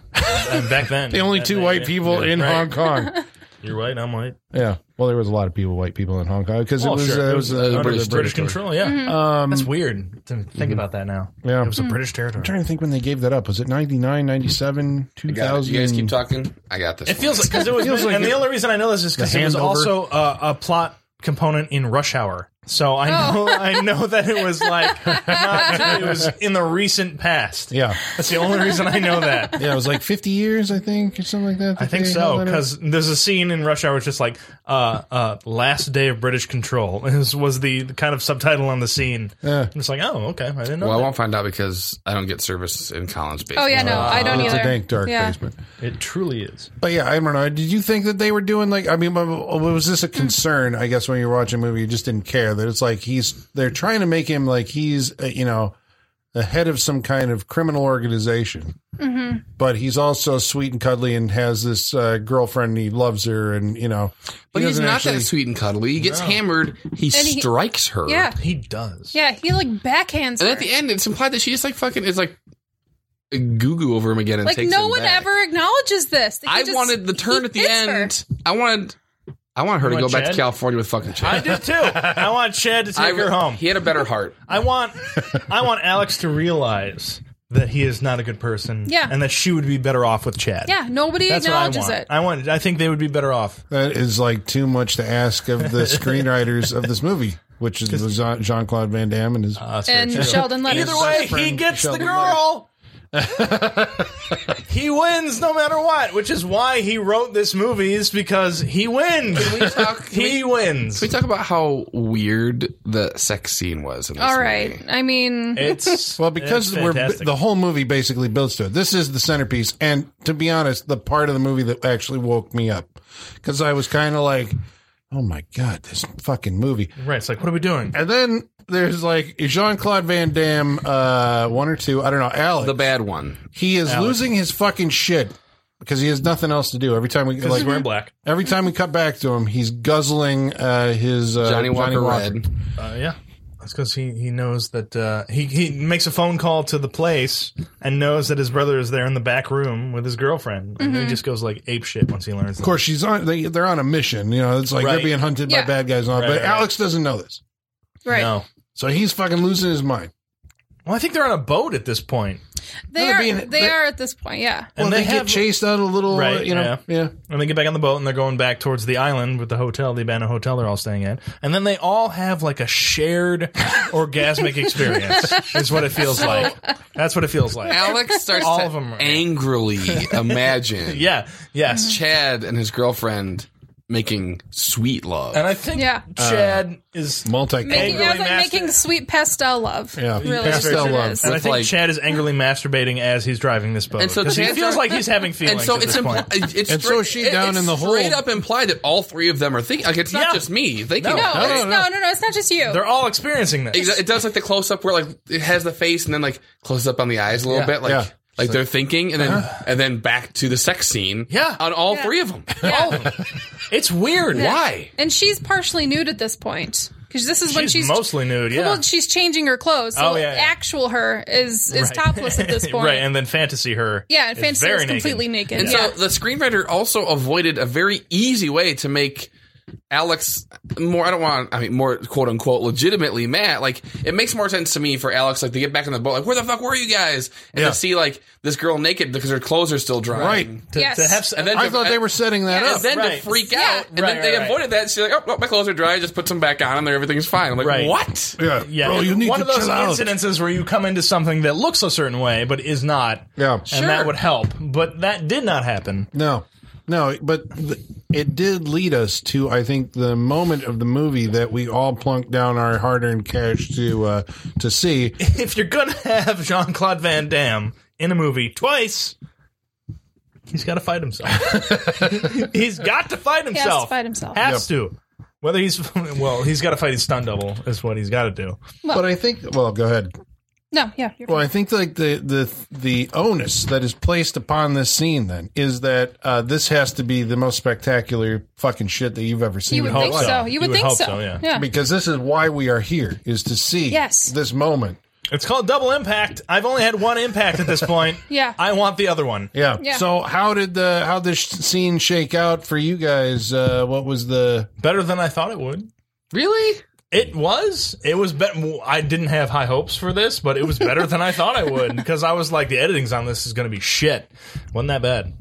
and back then. The only back two then, white yeah. people in Right. Hong (laughs) Kong. You're white, I'm white. Yeah. Well, there was a lot of people, white people in Hong Kong, because it Oh, was sure. uh, it was, under uh, British- the British territory. control, yeah. Mm-hmm. um. That's weird to think about that now. Yeah. It was a British territory. trying to think when they gave that up. Was it 99, 97, I got it. 2000? you guys keep talking. I got this. It feels like because it was, Feels like and it- the only reason I know this is because it was handover. also a, a plot component in Rush Hour. So I Oh. know I know that it was (laughs) like not, it was in the recent past. Yeah. That's the only reason I know that. Yeah. It was like 50 years, I think, or something like that. I that think they so held that up. because there's a scene in Rush Hour which is like uh, uh, "Last Day of British Control" (laughs) is, was the kind of subtitle on the scene. Yeah. I'm just like, oh, okay, I didn't know. Well, I that. won't find out because I don't get service in Collins Bay. Oh yeah, no, I don't It's either. a dank, dark yeah. basement. It truly is. But yeah, I don't know. Did you think that they were doing like? I mean, was this a concern? I guess when you were watching a movie, you just didn't care that it's like he's they're trying to make him like he's uh, you know the head of some kind of criminal organization, but he's also sweet and cuddly and has this uh, girlfriend and he loves her and you know. he But he's doesn't not actually- that sweet and cuddly. He gets hammered. He And he- strikes her. Yeah. He does. Yeah, he like backhands And her. at the end, it's implied that she just like fucking is like goo goo over him again and like takes no him one back. ever acknowledges this. He I just- wanted the turn he at the hits her. end. I wanted. I want her to You go want back to Chad? California with fucking I Chad. did too. I want Chad to take I her home. He had a better heart. I want I want Alex to realize that he is not a good person. Yeah. And that she would be better off with Chad. Yeah, nobody That's what I acknowledges want. it. I want I think they would be better off. That is like too much to ask of the screenwriters of this movie, which is Jean Claude Van Damme and his. and Sheldon Leonard. Either way, he friend, gets the Sheldon girl. (laughs) he wins no matter what, which is why he wrote this movie is because he wins. (laughs) Can we talk? Can we, He wins. can we talk about how weird the sex scene was? In this All movie? right. I (laughs) mean, It's Well, because it's we're fantastic. the whole movie basically builds to it. This is the centerpiece, and to be honest, the part of the movie that actually woke me up because I was kind of like, "Oh my god, this fucking movie!" right, it's like what are we doing? And then there's like Jean Claude Van Damme, uh, one or two, I don't know, Alex. The bad one. he is losing his fucking shit because he has nothing else to do. Every time we He's like, wearing black. every time we cut back to him, he's guzzling uh, his uh, Johnny Walker, Red. Uh, yeah. That's because he, he knows that uh, he, he makes a phone call to the place and knows that his brother is there in the back room with his girlfriend. And he just goes like ape shit once he learns. Of course, she's on. They, they're on a mission. You know, it's like they're Right. being hunted by Yeah. bad guys and all. Right, but right, right. Alex doesn't know this. right. No. So he's fucking losing his mind. Well, I think they're on a boat at this point. They They're are being- they they're- are at this point, yeah. And And they, they get have- chased out a little, uh, Right, you know. Yeah. And they get back on the boat and they're going back towards the island with the hotel, the abandoned hotel they're all staying at. And then they all have like a (laughs) shared orgasmic experience, is what it feels like. That's what it feels like. (laughs) Alex starts All to of 'em are- (laughs) angrily imagine Yeah. Yes. Mm-hmm. Chad and his girlfriend making sweet love. And I think Yeah. Uh, Chad is. Making, Multicultural. I Angrily was like master- making sweet pastel love. Yeah, really, pastel pastel love. love. And I With, think like- Chad is angrily masturbating as he's driving this boat. And so 'Cause he Chad's feels dri- like he's having feelings. (laughs) and so at it's this impli- point. it's And so straight- she it- down it's in the hole. straight up implied that all three of them are thinking. Like it's not Yeah. just me thinking. No. No, about it's, it. no, no, no. It's not just you. They're all experiencing this. Exa- It does like the close up where like it has the face and then like closes up on the eyes a little Yeah. bit, like Yeah. like they're thinking, and then and then back to the sex scene. Yeah. on all Yeah. three of (laughs) them. All of them. It's weird. Why? and she's partially nude at this point because this is when She's, she's mostly nude. Yeah. Well, she's changing her clothes. So Oh, yeah, yeah. actual her is is topless at this (laughs) (laughs) point. right, and then fantasy her. yeah, and is fantasy very is completely naked. And yeah. so the screenwriter also avoided a very easy way to make Alex more. I don't want. I mean, more quote unquote legitimately mad. Like it makes more sense to me for Alex like to get back in the boat. Like where the fuck were you guys? And Yeah. to see like this girl naked because her clothes are still dry. Right. To, Yes. to have, s- And then I thought they were setting that And up. then Right. to freak Yeah. out, and Right, then they right, avoided that. She's like, "Oh, well, my clothes are dry. I just put some back on, and there everything's fine." I'm like, Right. "What?" yeah. yeah, Bro, you need one to of those chill out. incidences where you come into something that looks a certain way but is not, Yeah. and that would help. But that did not happen. (laughs) No, no, but th- it did lead us to, I think, the moment of the movie that we all plunked down our hard-earned cash to uh, to see. If you're gonna have Jean Claude Van Damme in a movie twice, he's got to (laughs) fight himself. he's got to fight he has himself. to fight himself. Has to. Whether he's (laughs) well, he's got to fight his stunt double. Is what he's got to do. But I think, well, go ahead. No, yeah. You're Well, I think like the the the onus that is placed upon this scene then is that uh, this has to be the most spectacular fucking shit that you've ever seen. You in would your think life. so. You would think hope so. so, yeah. because this is why we are here is to see Yes. this moment. It's called double impact. I've only had one impact (laughs) at this point. Yeah. I want the other one. Yeah. Yeah. So how did the how this scene shake out for you guys? Uh, what was the Better than I thought it would. Really? It was. It was better. I didn't have high hopes for this, but it was better than I thought I would because I was like, the editing's on this is going to be shit. Wasn't that bad?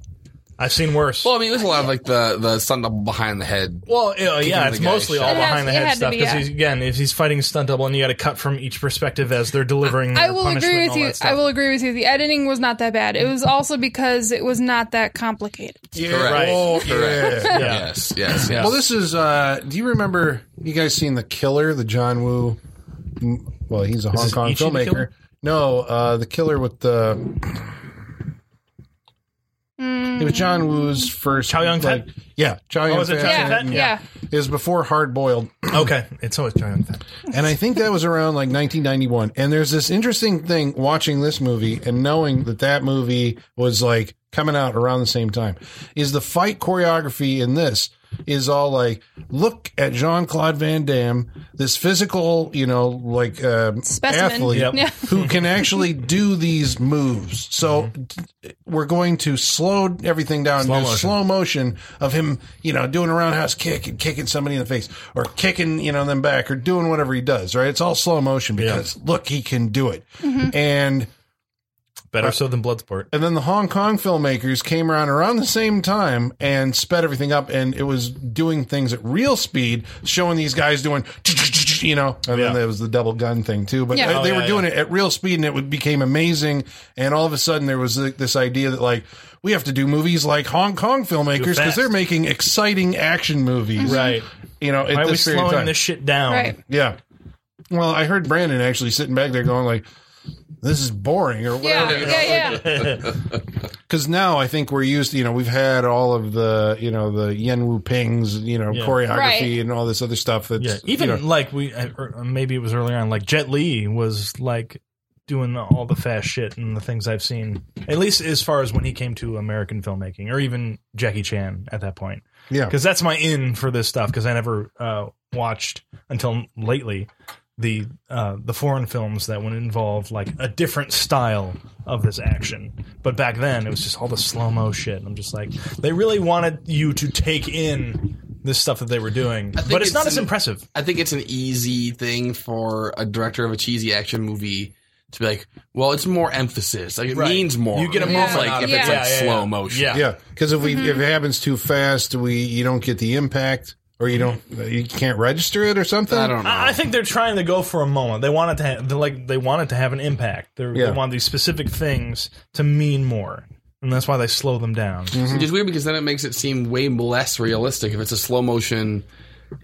I've seen worse. Well, I mean, there's a lot of like the the sun double behind the head. Well, uh, yeah, the it's guy mostly shut all up. It has- behind the it head had to stuff be, because yeah. he's again, if he's fighting a stunt double, and you got to cut from each perspective as they're delivering. I their will punishment agree and with all you. that stuff. I will agree with you. The editing was not that bad. It was also because it was not that complicated. yeah, Correct. oh, (laughs) Correct. yeah. Yeah. Yes, yes, yes. Well, this is. uh Do you remember? You guys seen the Killer, the John Woo? m- Well, he's a Hong this Kong Ichi the filmmaker. Killer? No, uh the Killer with the. It was John Woo's first. Chow Yun-fat? Yeah, Chow Yun was it Chow Yeah, Yun-fat? yeah. Yeah. Is before Hard Boiled, Okay, it's always trying that. and I think that was around like 1991. And there's this interesting thing watching this movie and knowing that that movie was like coming out around the same time is the fight choreography in this is all like look at Jean-Claude Van Damme, this physical, you know, like um Specimen. athlete Yep. Yeah. who can actually do these moves. So t- we're going to slow everything down slow Mm-hmm. motion. slow motion of him, you know, doing a roundhouse kick and kicking somebody in the face or kicking, you know, them back or doing whatever he does, right? It's all slow motion because look, he can do it. And Better so than Bloodsport. and then the Hong Kong filmmakers came around around the same time and sped everything up, and it was doing things at real speed, showing these guys doing, (laughs) you know, and Yeah. then there was the double gun thing too. But Yeah. they, Oh, they yeah, were doing it at real speed, and it would, became amazing. And all of a sudden, there was like, this idea that like we have to do movies like Hong Kong filmmakers because fast. they're making exciting action movies, Right. Mm-hmm. You know, at Why are we this period of slowing time. this shit down? Right. yeah. Well, I heard Brandon actually sitting back there going like. This is boring, or whatever. Yeah. Yeah. Yeah. (laughs) Because now I think we're used, you know, we've had all of the, you know, the Yen Wu Ping's, you know, choreography Right. and all this other stuff. That's, Yeah, even you know, like we I- or maybe it was earlier on. Like Jet Li was like doing the, all the fast shit and the things I've seen. At least as far as when he came to American filmmaking, or even Jackie Chan at that point. yeah, Because that's my in for this stuff. Because I never uh, watched until lately the uh, the foreign films that would involve like a different style of this action. But back then it was just all the slow mo shit. I'm just like they really wanted you to take in. This stuff that they were doing, think but it's, not it's as an- impressive. I think it's an easy thing for a director of a cheesy action movie to be like, well, it's more emphasis. Like it Right. means more. You get a It's moment like out if of it. it's Yeah, like yeah, yeah. slow motion. Yeah. yeah. Because if we Mm-hmm. if it happens too fast, we you don't get the impact, or you don't Mm-hmm. you can't register it or something. I don't know. I I think they're trying to go for a moment. They want it to ha- they're like they want it to have an impact. They're, Yeah. They want these specific things to mean more. and that's why they slow them down. Which is weird because then it makes it seem way less realistic if it's a slow motion,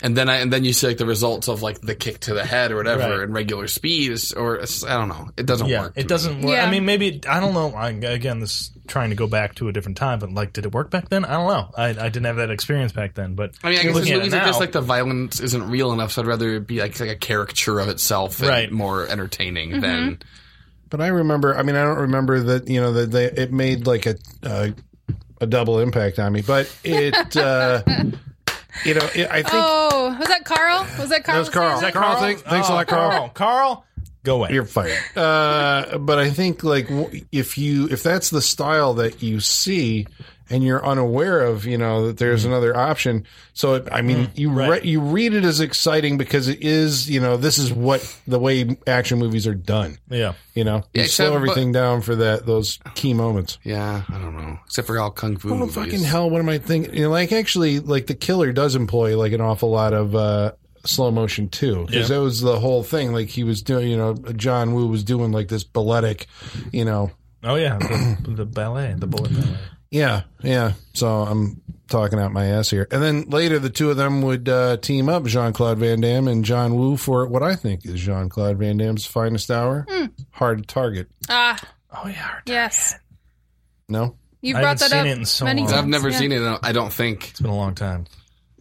and then I, and then you see like the results of like the kick to the head or whatever Right. in regular speed is- or it's- I don't know. It doesn't Yeah, work. to it me. doesn't work. Yeah. I mean, maybe I don't know. I, again, this is trying to go back to a different time, but like, did it work back then? I don't know. I, I didn't have that experience back then, but I mean, I guess looking in at it movies, I guess now- like the violence isn't real enough, so I'd rather it be like, like a caricature of itself and Right. more entertaining Mm-hmm. than But I remember. I mean, I don't remember that. You know that they it made like a uh, a double impact on me. But it, (laughs) uh, you know, it, I think Oh, was that Carl? Was that Carl? That was Carl. That Carl, thank- thanks a lot, Carl. Carl, Carl, go away. you're fired. Uh, but I think like w- if you if that's the style that you see and you're unaware of, you know that there's another option. So it, I mean, you re- right. you read it as exciting because it is. You know, this is what the way action movies are done. yeah, You know, you Yeah, slow except- everything down for that those key moments. yeah. I don't know. Except for all kung fu Oh movies. fucking hell! What am I thinking? You know, like actually, like the killer does employ like an awful lot of uh, slow motion too, because Yeah. that was the whole thing. Like he was doing, you know, John Woo was doing like this balletic, you know, oh yeah, the, the ballet, the bullet (clears throat) ballet. yeah, yeah. So I'm talking out my ass here. And then later, the two of them would uh, team up, Jean Claude Van Damme and John Woo, for what I think is Jean Claude Van Damme's finest hour, Hmm. hard to target. Ah, Oh yeah, yes. No, You I haven't brought that seen up it in so many long. times. I've never yeah. seen it. I don't think. it's been a long time.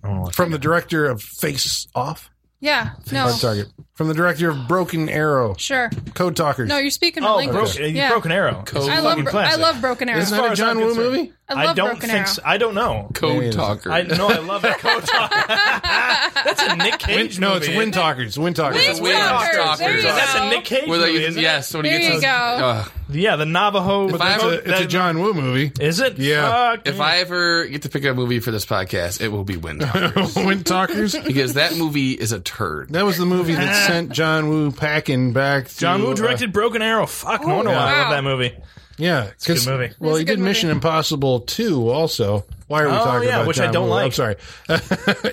I don't know. from the director of Face Off, Yeah, no, hard target. From the director of Broken Arrow, sure. Code Talkers. No, you're speaking my Oh, language. broke, you Yeah. broke an arrow. It's I love, fucking Bro- I classic. love Broken Arrow. Isn't far that a as I'm John Woo concerned. movie? I love don't Broken think Arrow. So. I don't know. Maybe Code it talker. I know. I love that (laughs) code talk. (laughs) That's a Nick Cage. No, movie. it's Wind Talkers. Wind Talkers. Wind Wind Talkers. Talkers. There you So That's go. a Nick Cage Where they, movie. yes, isn't it? when he There gets you those- go. uh, Yeah, the Navajo. If I It's ever- a, it's a John Woo movie. (laughs) Is it? Yeah. Fuck. if I ever get to pick a movie for this podcast, it will (laughs) be Wind Talkers Wind Talkers. because that movie is a turd. That was the movie (laughs) that sent John Woo packing back. To, John Woo uh, directed Broken Arrow. Fuck, no wonder why I wow. love that movie. yeah, it's a good movie. Well, It's he a good did Mission movie. Impossible 2 also. Why are we Oh, talking yeah, about which I John don't Woo? I'm like. sorry. (laughs)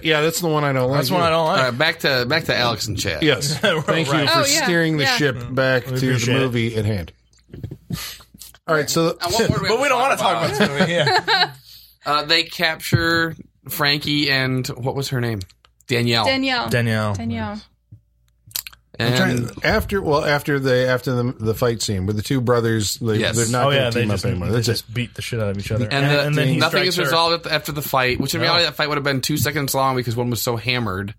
yeah, that's the one I don't like. That's one I don't All like. right, back to back to Alex and (laughs) Chad. Yes. Thank you Right. for Oh, yeah, steering the yeah. ship back to the Mm. appreciate it. movie at hand. All right, so (laughs) But we don't want to talk about this movie. Yeah. Uh, they capture Frankie and what was her name? Danielle. Danielle. Danielle. Danielle. And Trying- after well after the after the the fight scene with the two brothers they, Yes. they're not Oh going yeah, to they team just, up anymore they that's it just beat the shit out of each other. and, the, then he nothing strikes is her. resolved at- after the fight, which in reality that fight would have been two seconds long because one was so hammered.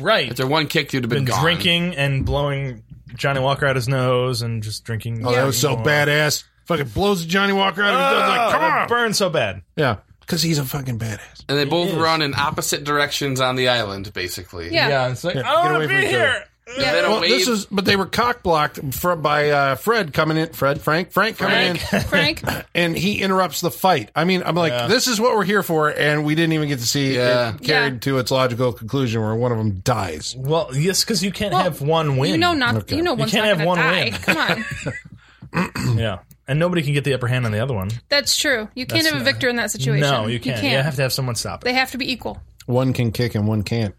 Right. If there one kick, you'd have been, Been gone. drinking and blowing Johnny Walker out his nose and just drinking. oh that was so badass fucking blows Johnny Walker out of his Ah! like come Ah." on burn so bad. yeah because he's a fucking badass and they both is. run in opposite directions on the island, basically. Yeah. it's like get I away want to from be each other. here. Yeah. Then a well this wave- is but they were cock blocked fr- by uh, Fred coming in Fred Frank Frank coming in Frank. and he interrupts the fight I mean I'm like this is what we're here for and we didn't even get to see Yeah. it carried Yeah. to its logical conclusion where one of them dies Well, yes, because you can't have one win. You know not. You know one's can't not have gonna one die. win. Come (laughs) on, (laughs) Yeah, and nobody can get the upper hand on the other one. that's true. You can't That's have not- a victor in that situation. No, you can't. You, have to have someone stop it. they have to be equal. one can kick and one can't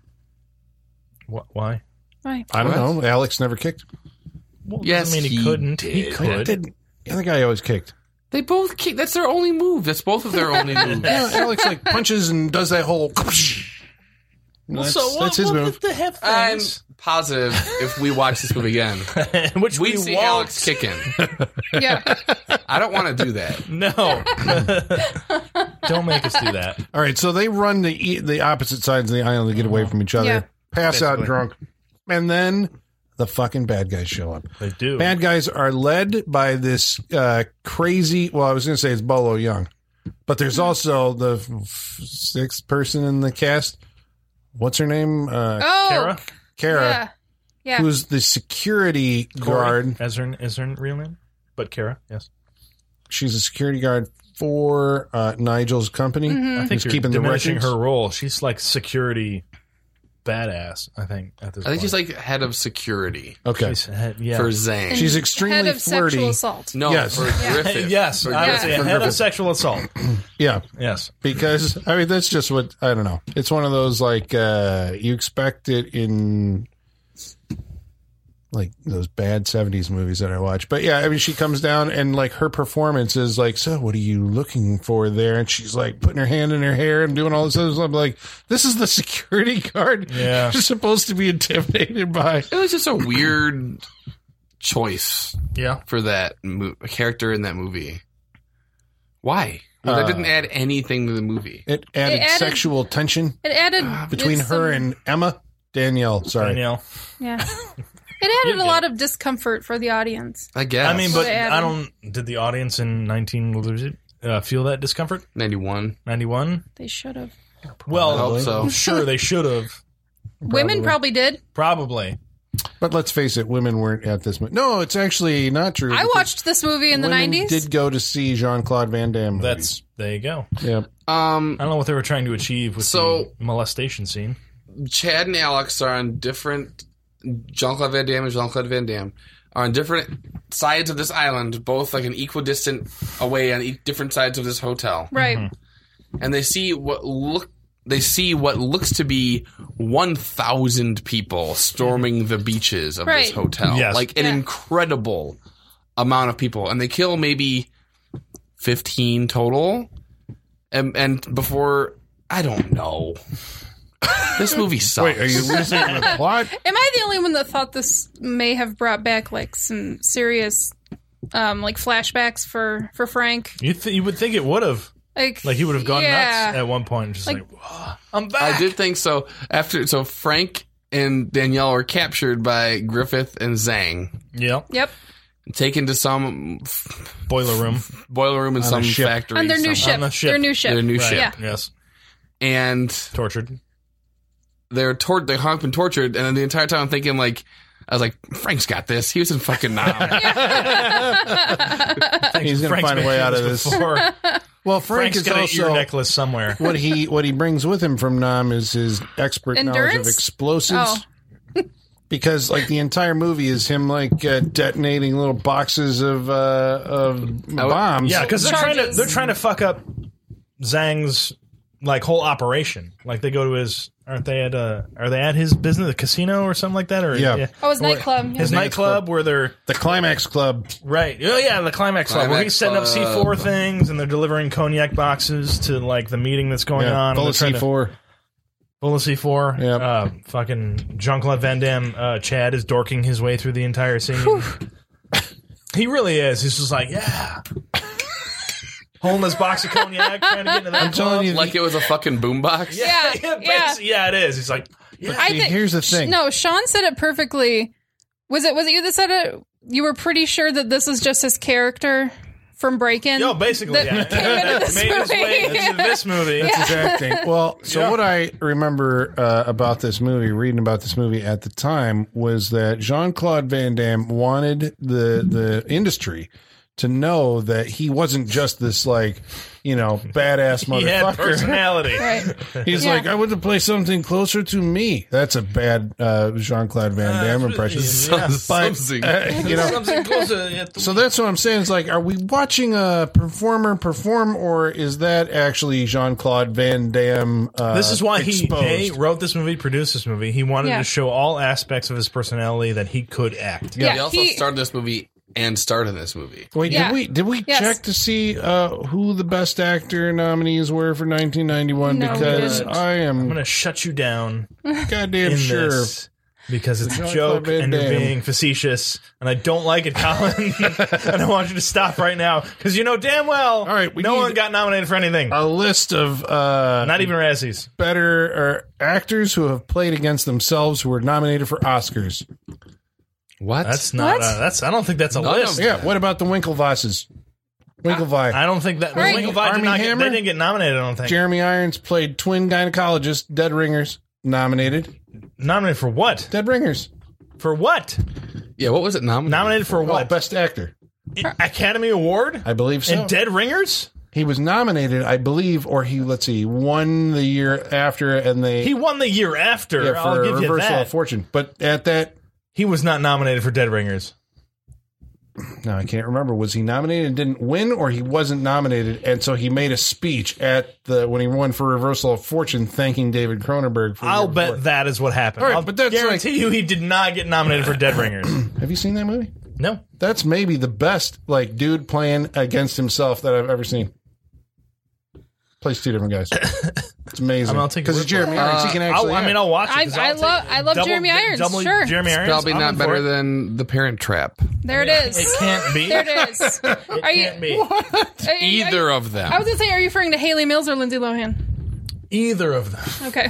Wh- Why? Right. I don't What? know Alex never kicked Well, Yes, I mean he, he couldn't. He did. I could. didn't the other guy always kicked They both kick. That's their only move. That's both of (laughs) their only moves. Yeah, Alex like punches and does that whole. that's, so what, that's his what move. The hip I'm things, positive if we watch this movie again, (laughs) which we we see won't. Alex kicking. (laughs) Yeah. I don't want to do that. (laughs) No, (laughs) don't make us do that. All right, so they run the e- the opposite sides of the island to get away from each other, Yeah. pass out Basically. drunk, and then the fucking bad guys show up. They do. Bad guys are led by this uh, crazy. Well, I was going to say it's Bolo Young, but there's Hmm. also the f- f- sixth person in the cast. What's her name? Uh, Oh. Kara, Kara, Yeah. Yeah. who's the security guard. Is her is her real name? But Kara, yes. She's a security guard for uh, Nigel's company. Mm-hmm. I think Just you're keeping the diminishing records. her role. She's like security badass. I think at this. I point. think she's like head of security Okay. She's head- yeah. for Zane. She's Head extremely of sexual flirty. assault. no, Yes. for (laughs) Griffith. yes, For I would Griffith. say head of sexual assault. Yeah, Yes, because I mean that's just what I don't know. It's one of those like uh you expect it in like those bad 70s movies that I watch. But yeah, I mean, she comes down and like her performance is like, So, what are you looking for there? And she's like putting her hand in her hair and doing all this other stuff. I'm like, This is the (laughs) security guard (laughs) Yeah. you're supposed to be intimidated by. It was just a weird choice Yeah. for that mo- character in that movie. Why? Well, that Uh, didn't add anything to the movie. It added, added- sexual tension It added Ah, between it's her some- and Emma. Danielle, sorry. Danielle. (laughs) yeah. It added did. a lot of discomfort for the audience. I guess. I mean, but They added- I don't. Did the audience in 19 uh, feel that discomfort? 91. 91? They should have. Well, I hope so. sure, they should (laughs) have. Women probably did. Probably. But let's face it, women weren't at this. Mo- no, it's actually not true. I because watched this movie in the women nineties. Did go to see Jean Claude Van Damme. movies. That's there you go. yeah. Um, I don't know what they were trying to achieve with So- the molestation scene. Chad and Alex are on different. Jean Claude Van Damme and Jean Claude Van Damme are on different sides of this island, both like an equidistant away on e- different sides of this hotel. Right. Mm-hmm. and they see what look they see what looks to be 1000 people storming the beaches of this Right. hotel Yes. like an Yeah. incredible amount of people and they kill maybe 15 total and and before i don't know this movie sucks Wait, are you listening to (laughs) the plot? Am I the only one that thought this may have brought back like some serious um like flashbacks for for Frank? You th- you would think it would have. Like Like he would have gone yeah. nuts at one point, just like, Like- "Whoa, I'm back. i did think so after so frank and danielle are captured by griffith and zhang Yeah, Yep. taken to some boiler room boiler room in some ship. factory On their somewhere. new ship. On the ship. Their new ship. Their new Right, ship Yeah. Yes, and tortured. they're tor- they have been tortured, and then the entire time I'm thinking like, I was like, Frank's got this. He was in fucking Nam. Thanks, He's gonna Frank's find a been way through out of this. (laughs) before. Well, Frank Frank's is got an ear also necklace somewhere. (laughs) what he what he brings with him from Nam is his expert knowledge of Endurance? explosives. Oh. (laughs) Because like the entire movie is him like uh, detonating little boxes of uh, of bombs. Yeah, because they're trying to Charges. they're trying to fuck up Zhang's like whole operation. Like they go to his aren't they at uh are they at his business the casino or something like that or Yeah. Oh, his Or- nightclub, yeah. his His nightclub where they're the Climax Club. right oh yeah the climax, club where Climax he's setting up C four things and they're delivering cognac boxes to like the meeting that's going Yeah, on. full They're of trying to- C4. Full of C four. Yep. Uh, fucking Jean Claude Van Damme. Uh, Chad is dorking his way through the entire scene. he really is. He's just like yeah. Holding this box of cognac, trying to get into that. I'm telling club. you, like it was a fucking boombox. (laughs) Yeah, yeah. basi- (laughs) yeah, it is. He's like, yeah, I See, think- here's the Sh- (laughs) thing. No, Sean said it perfectly. Was it was it you that said it? You were pretty sure that this is just his character from Breaking. yo, basically, That yeah. (laughs) came into this made his way movie. into this (laughs) movie. That's his acting. Well, so Yeah. what I remember uh, about this movie, reading about this movie at the time, was that Jean Claude Van Damme wanted the the industry to know that he wasn't just this like, you know, badass He had motherfucker. personality. (laughs) Right. He's Yeah. like, I want to play something closer to me. That's a bad uh, Jean Claude Van Damme impression. Yeah. But, (laughs) Something. uh, you know, Something closer. yeah, to- so that's what I'm saying. It's like, are we watching a performer perform, or is that actually Jean Claude Van Damme? (laughs) Uh, This is why he exposed? A, wrote this movie, produced this movie. He wanted Yeah. to show all aspects of his personality that he could act. Yeah, He also he- started this movie and starred in this movie. Wait, Yeah. did we did we Yes. check to see uh, who the best actor nominees were for 1991? No, we because didn't. I I'm am going to shut you down goddamn in sure. this. Because it's a Jean-Claude joke Van and you're Damme. being facetious, and I don't like it, Colin. and I want you to stop right now because you know damn well All right, we no need- one got nominated for anything, A list of uh, not even Razzies. better uh, actors who have played against themselves who were nominated for Oscars. What? That's not. What? Uh, that's. I don't think that's a None of list. them. Yeah, what about the Winklevosses? Winklevi. I don't think that. Right. Lincoln Vine did Army not get, Hammer? they didn't get nominated. I don't think. Jeremy Irons played twin gynecologist, Dead Ringers, nominated. nominated for what? Dead Ringers. For what? yeah. What was it? Nominated. Nominated for Well, what? best actor. I- Academy Award I believe so. and Dead Ringers. he was nominated, I believe, or he, let's see, won the year after, and they. He won the year after. yeah, for I'll give you reversal that. of fortune. But at that, he was not nominated for Dead Ringers. no, I can't remember. Was he nominated and didn't win, or he wasn't nominated, and so he made a speech at the when he won for Reversal of Fortune, thanking David Cronenberg. For the I'll year bet before. that is what happened. All right, I'll but that's guarantee you he did not get nominated for Dead (clears throat) Ringers. Have you seen that movie? no. That's maybe the best like dude playing against himself that I've ever seen. Plays two different (laughs) guys. It's amazing. I'll take your because word it's Jeremy Irons. He can actually. I'll, oh, I mean, I'll watch it. 'cause I- I I'll take love- I love Jeremy Irons, Double sure. Jeremy Irons. Probably I'm not in better for it. than The Parent Trap. There it is. It can't be. there it is. (laughs) It Are you- can't be. Are you- are you- Either of them. I was gonna say, are you referring to Haley Mills or Lindsay Lohan? Either of them. Okay.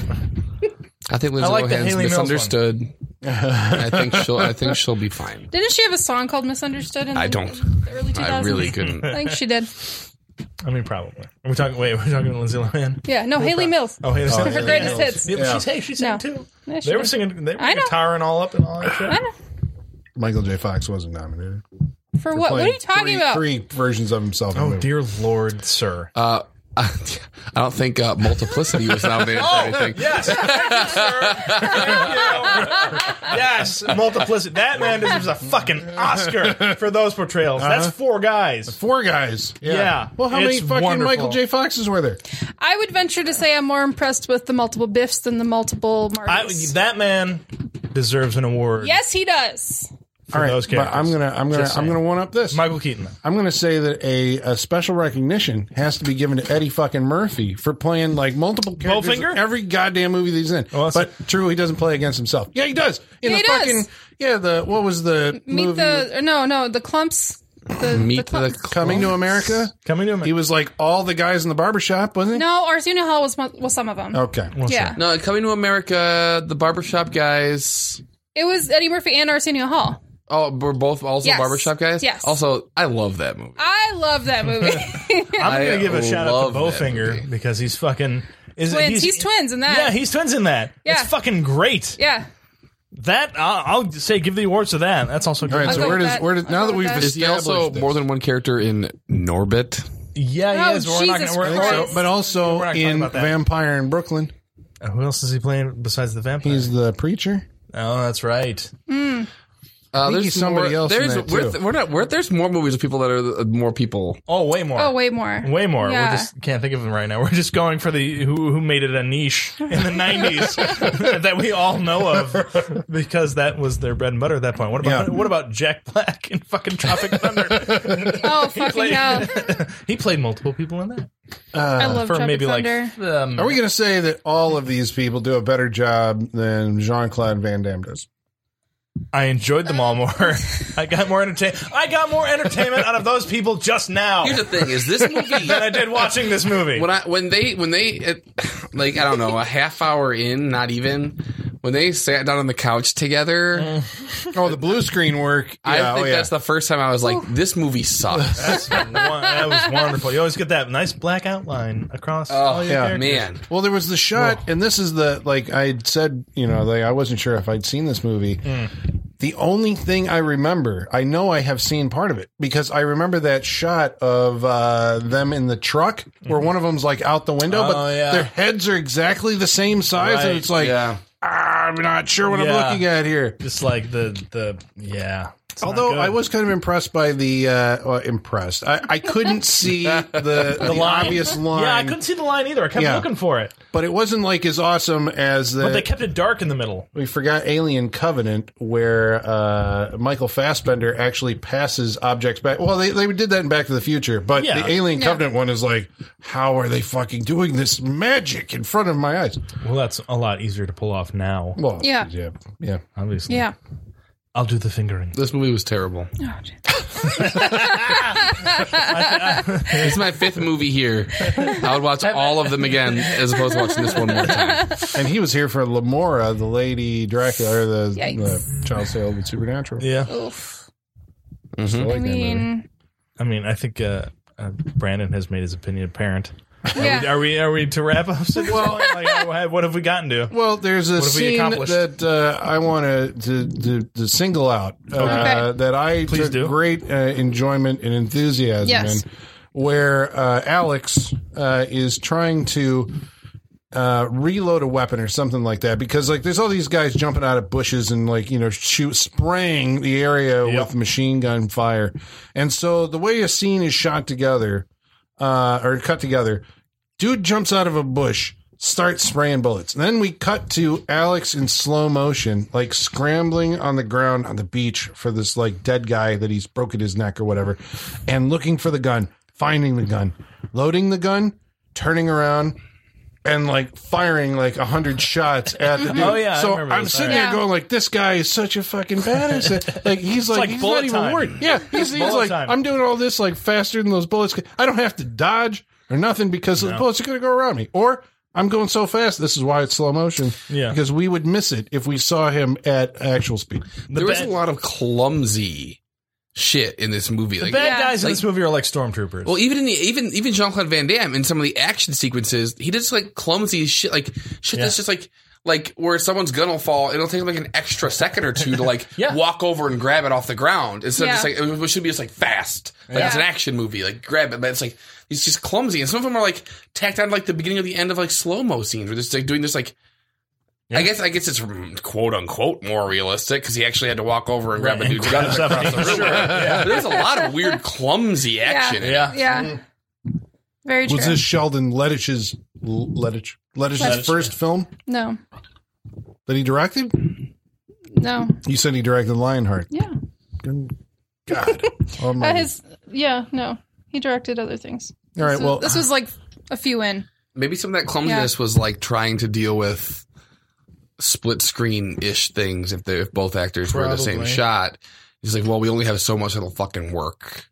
I think Lindsay I like the Lohan's Hayley Mills misunderstood. I think she'll. I think she'll be fine. Didn't she have a song called "Misunderstood"? In I the- don't. The early 2000s. I really couldn't. I think she did. I mean, probably. Are we talking? Wait, we're talking Lindsay Lohan. Yeah. No, Haley Mills. Oh, hey, this Her greatest hits. Yeah, but Yeah. she's hey, she's sang No. too. Yeah, she they were did. singing. They were I know. guitaring all up and all that I shit. don't- Michael J. Fox wasn't nominated. For what? What are Playing you talking three- about? Three versions of himself. in the Oh movie. dear Lord, sir. Uh, (laughs) I don't think uh, Multiplicity was nominated Oh, Oh, (laughs) for anything. Yes, Thank you, sir. Thank you. yes, multiplicity. That man deserves a fucking Oscar for those portrayals. That's four guys. Uh-huh. Four guys. Yeah. Yeah. Well, how many It's fucking wonderful. Michael J. Foxes were there? I would venture to say I'm more impressed with the multiple Biffs than the multiple I, Martys. that man deserves an award. yes, he does. for those characters. but I'm gonna, I'm gonna, Just I'm saying. gonna one up this. Michael Keaton. I'm gonna say that a, a special recognition has to be given to Eddie fucking Murphy for playing like multiple characters Bowfinger? in every goddamn movie that he's in. Well, that's- but true, he doesn't play against himself. Yeah, he does. In Yeah, the he does. fucking yeah, the what was the Meet movie the or no, no, the clumps. The, Meet the, clumps. Coming to America? Coming to him. He was like all the guys in the barbershop, wasn't he? no, Arsenio Hall was mo- was some of them. Okay. Yeah, No, Coming to America, the barbershop guys. it was Eddie Murphy and Arsenio Hall. Oh, we're both also Yes. barbershop guys. Yes. Also, I love that movie. I (laughs) love that movie. I'm I gonna give a shout out to love that movie. Bowfinger because he's fucking. Is, twins. He's, twins in that. Yeah, he's twins in that. Yeah. It's fucking great. yeah. That I'll, I'll say, give the awards to that. That's also All great. right, go so where with does that. where does I'll now go that with we've that. Is he also established this- more than one character in Norbit? yeah, Oh, he is. We're not Jesus gonna, we're, Christ. we're- So, but also We're not talking in about that. Vampire in Brooklyn, Uh, Who else is he playing besides the vampire? he's the preacher. oh, that's right. Uh, think he's somebody more, else in There's that, we're, too. we're not. We're, there's more movies with people that are uh, more people. Oh, way more. Oh, way more. Way more. Yeah. We just can't think of them right now. We're just going for the who who made it a niche in the (laughs) '90s that we all know of because that was their bread and butter at that point. What about Yeah. what about Jack Black in fucking (laughs) Tropic Thunder? (laughs) oh, fucking played- (laughs) hell! he played multiple people in that I love for Tropic maybe Thunder. like um, Are we going to say that all of these people do a better job than Jean Claude Van Damme does? I enjoyed them all more. (laughs) I got more entertain. I got more entertainment out of those people just now Here's than the thing: is this movie I did watching this movie. (laughs) when I when they when they it, (sighs) like I don't know a half hour in, not even when they sat down on the couch together. Oh, the blue screen work. I Yeah, think oh, yeah. that's the first time I was like, this (laughs) movie sucks. That's one- that was wonderful. You always get that nice black outline Oh, across all your yeah. characters. Man, Well, there was the shot, and this is the like I had said, you know, like I wasn't sure if I'd seen this movie. The only thing I remember, I know I have seen part of it because I remember that shot of uh, them in the truck where one of them's like out the window, Oh, but yeah. their heads are exactly the same size, Right. and it's like yeah, "Ah, I'm not sure what Yeah. I'm looking at here. Just like the the yeah. It's not Although good. I was kind of impressed by the uh, well, impressed, I, I couldn't see the, the, line. obvious line, yeah, I couldn't see the line either. I kept Yeah. looking for it, but it wasn't like as awesome as the. but they kept it dark in the middle. we forgot Alien Covenant, where uh, Michael Fassbender actually passes objects back. Well, they, they did that in Back to the Future, but Yeah. the Alien Yeah. Covenant one is like, how are they fucking doing this magic in front of my eyes? Well, that's a lot easier to pull off now. Well, Yeah. yeah, yeah. Obviously, yeah. I'll do the fingering. this movie was terrible. Oh, geez. It's my fifth movie here. I would watch all of them again as opposed to watching this one more time. And he was here for Lamora, the Lady Dracula, or the, Yikes. the child sale with Supernatural. Yeah, Oof. I, like I that movie. mean, I mean, I think uh, uh, Brandon has made his opinion apparent. yeah. Are we are we to wrap up? (laughs) Well, like, how- what have we gotten to? Well, there's a have we scene accomplished? that uh, I want to, to to single out uh, Okay. that I Please took do. great uh, enjoyment and enthusiasm Yes. in, where uh, Alex uh, is trying to uh, reload a weapon or something like that because like there's all these guys jumping out of bushes and like you know shoot spraying the area Yep. with machine gun fire and so the way a scene is shot together uh, or cut together dude jumps out of a bush starts spraying bullets and then we cut to alex in slow motion like scrambling on the ground on the beach for this like dead guy that he's broken his neck or whatever and looking for the gun finding the gun loading the gun turning around and like firing like a hundred shots at (laughs) the dude. Oh, yeah, I so remember I'm this. sitting All right. there going like, this guy is such a fucking (laughs) badass. like he's like, like he's bullet not even time. worried. Yeah, he's, he's bullet like, time. I'm doing all this like faster than those bullets. could- I don't have to dodge or nothing because the bullets are going to go around me. Or I'm going so fast. This is why it's slow motion. Yeah. because we would miss it if we saw him at actual speed. The There was bad- a lot of clumsy shit in this movie. Like, bad Yeah. guys in Like- this movie are like stormtroopers. well, even in the, even even Jean Claude Van Damme in some of the action sequences, he does like clumsy shit, like shit that's Yeah. just like like where someone's gun will fall, it'll take like an extra second or two to like (laughs) Yeah. walk over and grab it off the ground instead Yeah. of just like it should be just like fast, like it's an Yeah. action movie, like grab it, but it's like. It's just clumsy, and some of them are like tacked on to, like the beginning of the end of like slow mo scenes, where they're just like doing this like I guess I guess it's mm, quote unquote more realistic because he actually had to walk over and grab a Right, dude's and (laughs) gun grab across the something. room. Sure, yeah. There's a lot of weird clumsy action. in it. yeah. Yeah. Very true. Was this Sheldon Lettish's Lettich Lettish's Lettich, first film no. that he directed? No. You said he directed Lionheart. Yeah. Good God. Oh, Almighty. Uh, his yeah, no. He directed other things. All right. This was- Well, this was like a few in. Maybe some of that clumsiness was like trying to deal with split screen ish things if they if both actors were in the same Probably. shot. He's like, well, we only have so much that'll fucking work.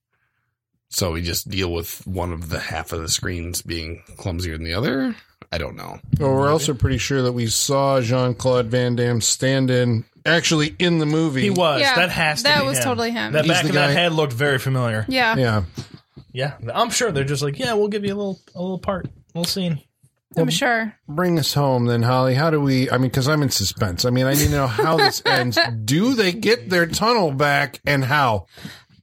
So we just deal with one of the half of the screens being clumsier than the other. I don't know. well, we're also pretty sure that we saw Jean Claude Van Damme stand in actually in the movie. he was. Yeah, that has to that be was totally him. That He's back the of that guy- head looked very familiar. Yeah. Yeah. Yeah, I'm sure they're just like, yeah, we'll give you a little a little part, a little scene. I'm sure. Bring us home then, Holly. How do we? I mean, because I'm in suspense. I mean, I need to know how (laughs) this ends. Do they get their tunnel back and how?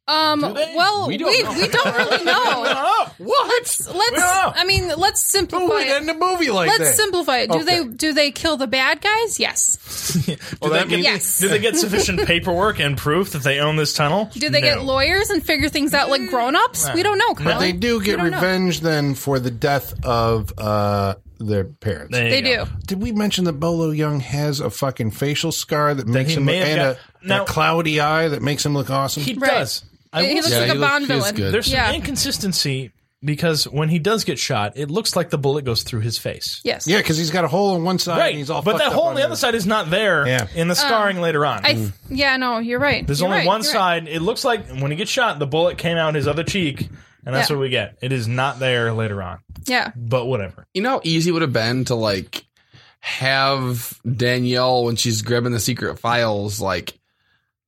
Um they? well we We don't don't we, know. don't really know. What? let's We don't know. I mean let's Who simplify would it. end a movie like Let's that? simplify it. Do Okay. they do they kill the bad guys? Yes. Do that they get, means- Yes. do they get sufficient paperwork and proof that they own this tunnel? Do they get No. lawyers and figure things out like grown ups? We don't know, Colin. but they do We get don't know. revenge then for the death of uh, their parents. There you They go. do. Did we mention that Bolo Young has a fucking facial scar that makes he him may look, have and a, got- now- a cloudy eye that makes him look awesome? He Right. does. I He will looks say- like he a looked- Bond he was villain. good. there's some yeah. inconsistency because when he does get shot, it looks like the bullet goes through his face. Yes. yeah, because he's got a hole on one side Right, and he's all but fucked that up hole on on the other side is not there Yeah. in the scarring later on. Uh, I th- yeah, no, you're right. There's You're only right. one You're right. side. It looks like when he gets shot, the bullet came out his other cheek, and that's Yeah. what we get. It is not there later on, Yeah. but whatever. You know how easy it would have been to like have Danielle when she's grabbing the secret files, like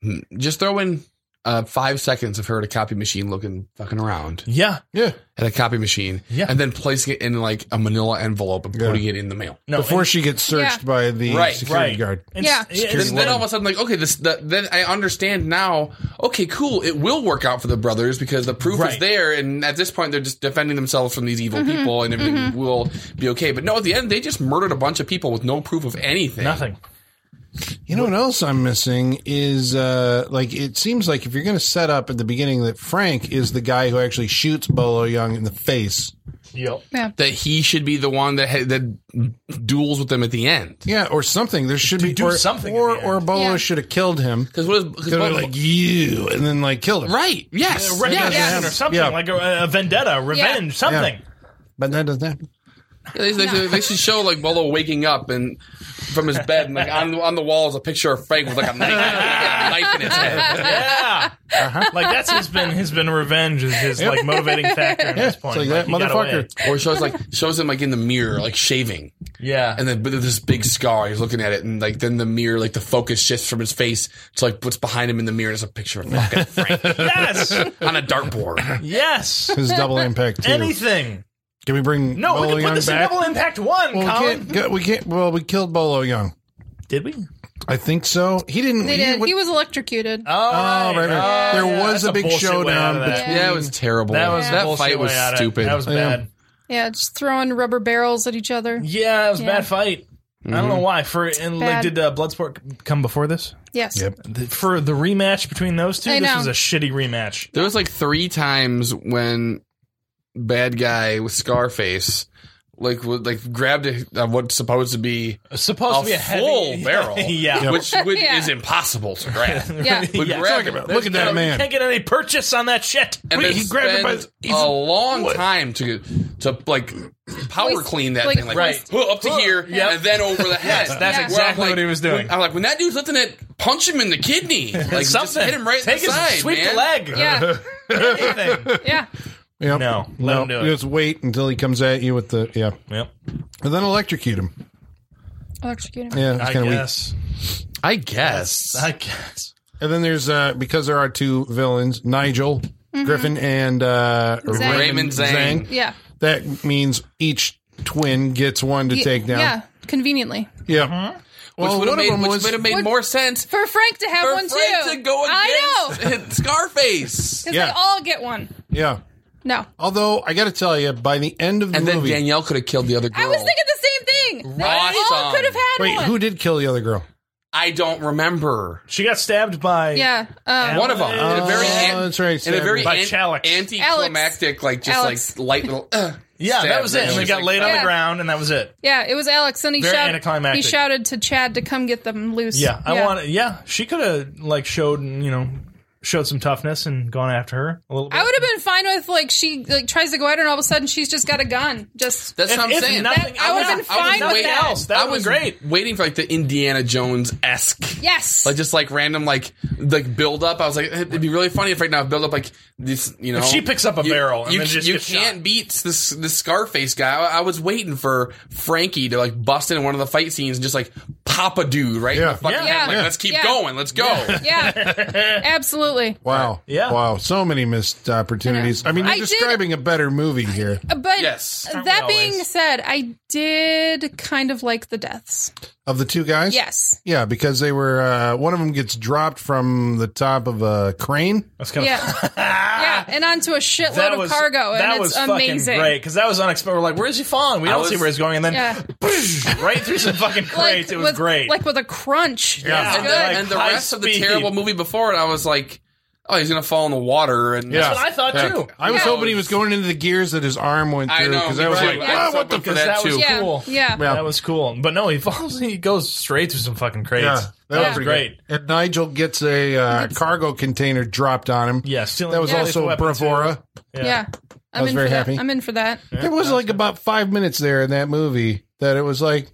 hmm, just throw in uh, five seconds of her at a copy machine looking fucking around Yeah, Yeah. at a copy machine, Yeah. and then placing it in like a Manila envelope and Yeah. putting it in the mail. no. Before and- she gets searched Yeah. by the Right, security right. guard. and Yeah. s- Then, and then all of a sudden, like, okay, this. The, then I understand now. Okay, cool. It will work out for the brothers because the proof is Right. there, and at this point, they're just defending themselves from these evil people, and everything will be okay. But no, at the end, they just murdered a bunch of people with no proof of anything. nothing. You know what else I'm missing is uh like it seems like if you're going to set up at the beginning that Frank is the guy who actually shoots Bolo Young in the face. Yep. that he should be the one that ha- that duels with them at the end. Yeah, or something. There should be do or, something at or the end. or Bolo Yeah. should have killed him. Because what is 'cause Could have Bolo- like you and then like killed him. right? Yes, A recognition yes. yeah. or something Yeah. like a, a vendetta, revenge, something. But that doesn't happen. They, they- they should show like Bolo waking up and from his bed, and like on on the wall is a picture of Frank with like a knife, a knife in his head. (laughs) Yeah, Uh-huh. like that's his been his been revenge is his like motivating factor at Yeah. this It's point. like that he got away. motherfucker. Or shows like shows him like in the mirror, like shaving, Yeah, and then but there's this big scar. He's looking at it, and like then the mirror, like the focus shifts from his face to like what's behind him in the mirror. There's a picture of fucking Frank (laughs) yes, on a dartboard. (laughs) yes. His (laughs) double impact too. Anything? Can we bring No, Bolo we can Young put this back? in Double Impact One, well, we Colin. can't, go- we can't. Well, we killed Bolo Young. Did we? I think so. He didn't. They did. He was electrocuted. Oh, Oh, right, right. Oh, there yeah, was that's a big bullshit way out showdown of that. between. Yeah, it was terrible. That was that fight was way out of it. stupid. That was Yeah. bad. Yeah, just throwing rubber barrels at each other. Yeah, it was a Yeah. bad fight. I Mm-hmm. don't know why. For and like, Bad. did uh, Bloodsport come before this? Yes. Yep. The- for the rematch between those two, I this know. was a shitty rematch. There was like three times when bad guy with Scarface like would, like grabbed a, uh, what's supposed to be Supposed a to be a heavy- full (laughs) barrel, yeah. (laughs) which, which Yeah. is impossible to grab. Yeah. Would Yeah. grab it. Look at that man. Can't get any purchase on that shit. and Wait, then he grabbed it by spend his- he's- a long time to to like power Hoist- clean that like thing, like hoist. "Huh, up to Huh, here yep. and then over the (laughs) head. that's Yeah. Where I'm exactly like- what he was doing. I'm like, when that dude's lifting it, punch him in (laughs) the kidney, like just Something. hit him right Take in his, the side, sweep man. the (laughs) leg. Yeah. (laughs) Anything. Yeah. Yep. No, let no, him do it. just wait until he comes at you with the yeah, Yep. and then electrocute him. Electrocute him. Yeah, it's I kind of weak. guess. I guess. I guess. And then there's uh because there are two villains, Nigel Griffin and uh Mm-hmm. Zhang. Raymond Zhang. Yeah. That means each twin gets one to Ye- take down. Yeah, conveniently. Yeah. Mm-hmm. Which Well, would have one of made, them which was- would've made What- more sense For Frank to have for one Frank too. to go against (laughs) I (laughs) know. Scarface. (laughs) Because Yeah. they all get one. Yeah. No. Although I got to tell you, by the end of the And then movie, Danielle could have killed the other girl. I was thinking the same thing. They Right all on. could have had Oh. wait, one. who did kill the other girl? I don't remember. She got stabbed by. yeah. Um, One of them. in a very, Oh, an- that's right. in a very By an- Chalex. anticlimactic, like just Alex. like light little. Uh, Yeah, stab that was it. her. And they She's got like, laid on Yeah. the ground, and that was it. Yeah, it was Alex, and he Very shouted. He anticlimactic. shouted to Chad to come get them loose. Yeah, I want. Yeah, she could have like showed you know showed some toughness and gone after her a little bit. I would have been fine with like she like tries to go at her, and all of a sudden she's just got a gun. Just That's If- what I'm if saying. nothing That- I would've was- been I was fine with waiting- that. else. That I would've was been great. Waiting for like the Indiana Jones esque. yes, Like just like random like like build up. I was like, it'd be really funny if right now build up like this. You know, If she picks up a you- barrel and you, then just you gets can't shot. beat this this Scarface guy. I, I was waiting for Frankie to like bust in one of the fight scenes and just like pop a dude right. In Yeah. the fucking Yeah. head. Like, Yeah. let's keep Yeah. going. Let's go. yeah, absolutely. Wow. Yeah. Wow. So many missed opportunities. I mean, you're I did- describing a better movie here. Uh, But Yes. Aren't that we being always? said, I did kind of like the deaths. Of the two guys? Yes, Yeah, because they were, uh, one of them gets dropped from the top of a crane. That's kind (laughs) yeah, yeah, and onto a shitload That of was cargo, and that it's was amazing. fucking great because that was unexpected. We're like, "Where's he falling?" We I don't was- see where he's going, and then (laughs) Yeah. right through some fucking crates. it was with, great. Like with a crunch. Yeah. Yeah, and, good. the, Like and the high rest of the speed. terrible movie before it, I was like, oh, he's gonna fall in the water. And Yeah. That's what I thought Yeah. too. I was Yeah. hoping he was going into the gears that his arm went I through. know, Because I was right. like, I "Ah, was what the hoping for fuck?" that that was too. Yeah, cool. yeah. Yeah. that was cool. But no, he falls. He goes straight through some fucking crates. Yeah, that Yeah. was pretty great. good. And Nigel gets a uh, cargo container dropped on him. Yeah, stealing That was his also a weapon, too. bravura. yeah. I'm was in very for happy. That. I'm in for that. There was like about five minutes there in that movie that it was like,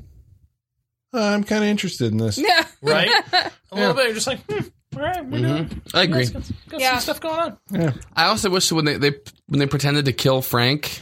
"Uh, I'm kind of interested in this. Yeah, (laughs) right? A little bit. You're just like, hmm, all right, we're doing. I agree. Got, got Yeah. some stuff going on. I also wish when they, they when they pretended to kill Frank,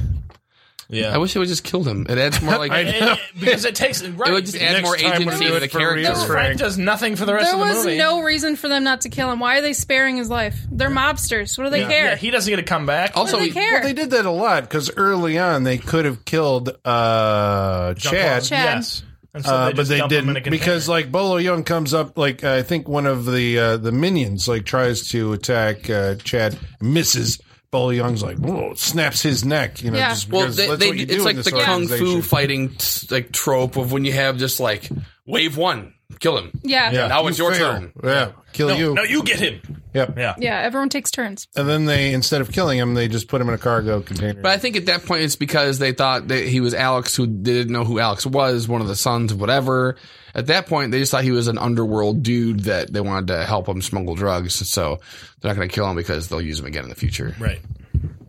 Yeah, I (laughs) wish they would just kill him. It adds more like I- it It- it- because it takes right. would just add Next more time we'll agency do to it the for character. real. Frank does nothing for the rest there of the was movie. no reason for them not to kill him. Why are they sparing his life? They're mobsters. What do they care? Yeah, he doesn't get to come back. (laughs) Also, what do he- they care? Well, they did that a lot because early on they could have killed uh, Jump on- Chad, Chad. yes, and so uh, they but just they dump him in a didn't container. because like Bolo Young comes up like I think one of the uh, the minions like tries to attack uh, Chad, misses. Bolo Young's like whoa, snaps his neck. You know, Yeah. just Well, because they, that's they- what you do it's in like this the kung fu organization. fighting t- like trope of when you have just like wave one, kill him. yeah, yeah, Now it's You your fail. turn. Yeah, kill no, you. no, you get him. Yep. Yeah, Everyone takes turns. And then they, instead of killing him, they just put him in a cargo container. But I think at that point it's because they thought that he was Alex, who they didn't know who Alex was, one of the sons of whatever. At that point, they just thought he was an underworld dude that they wanted to help him smuggle drugs. So they're not going to kill him because they'll use him again in the future. right.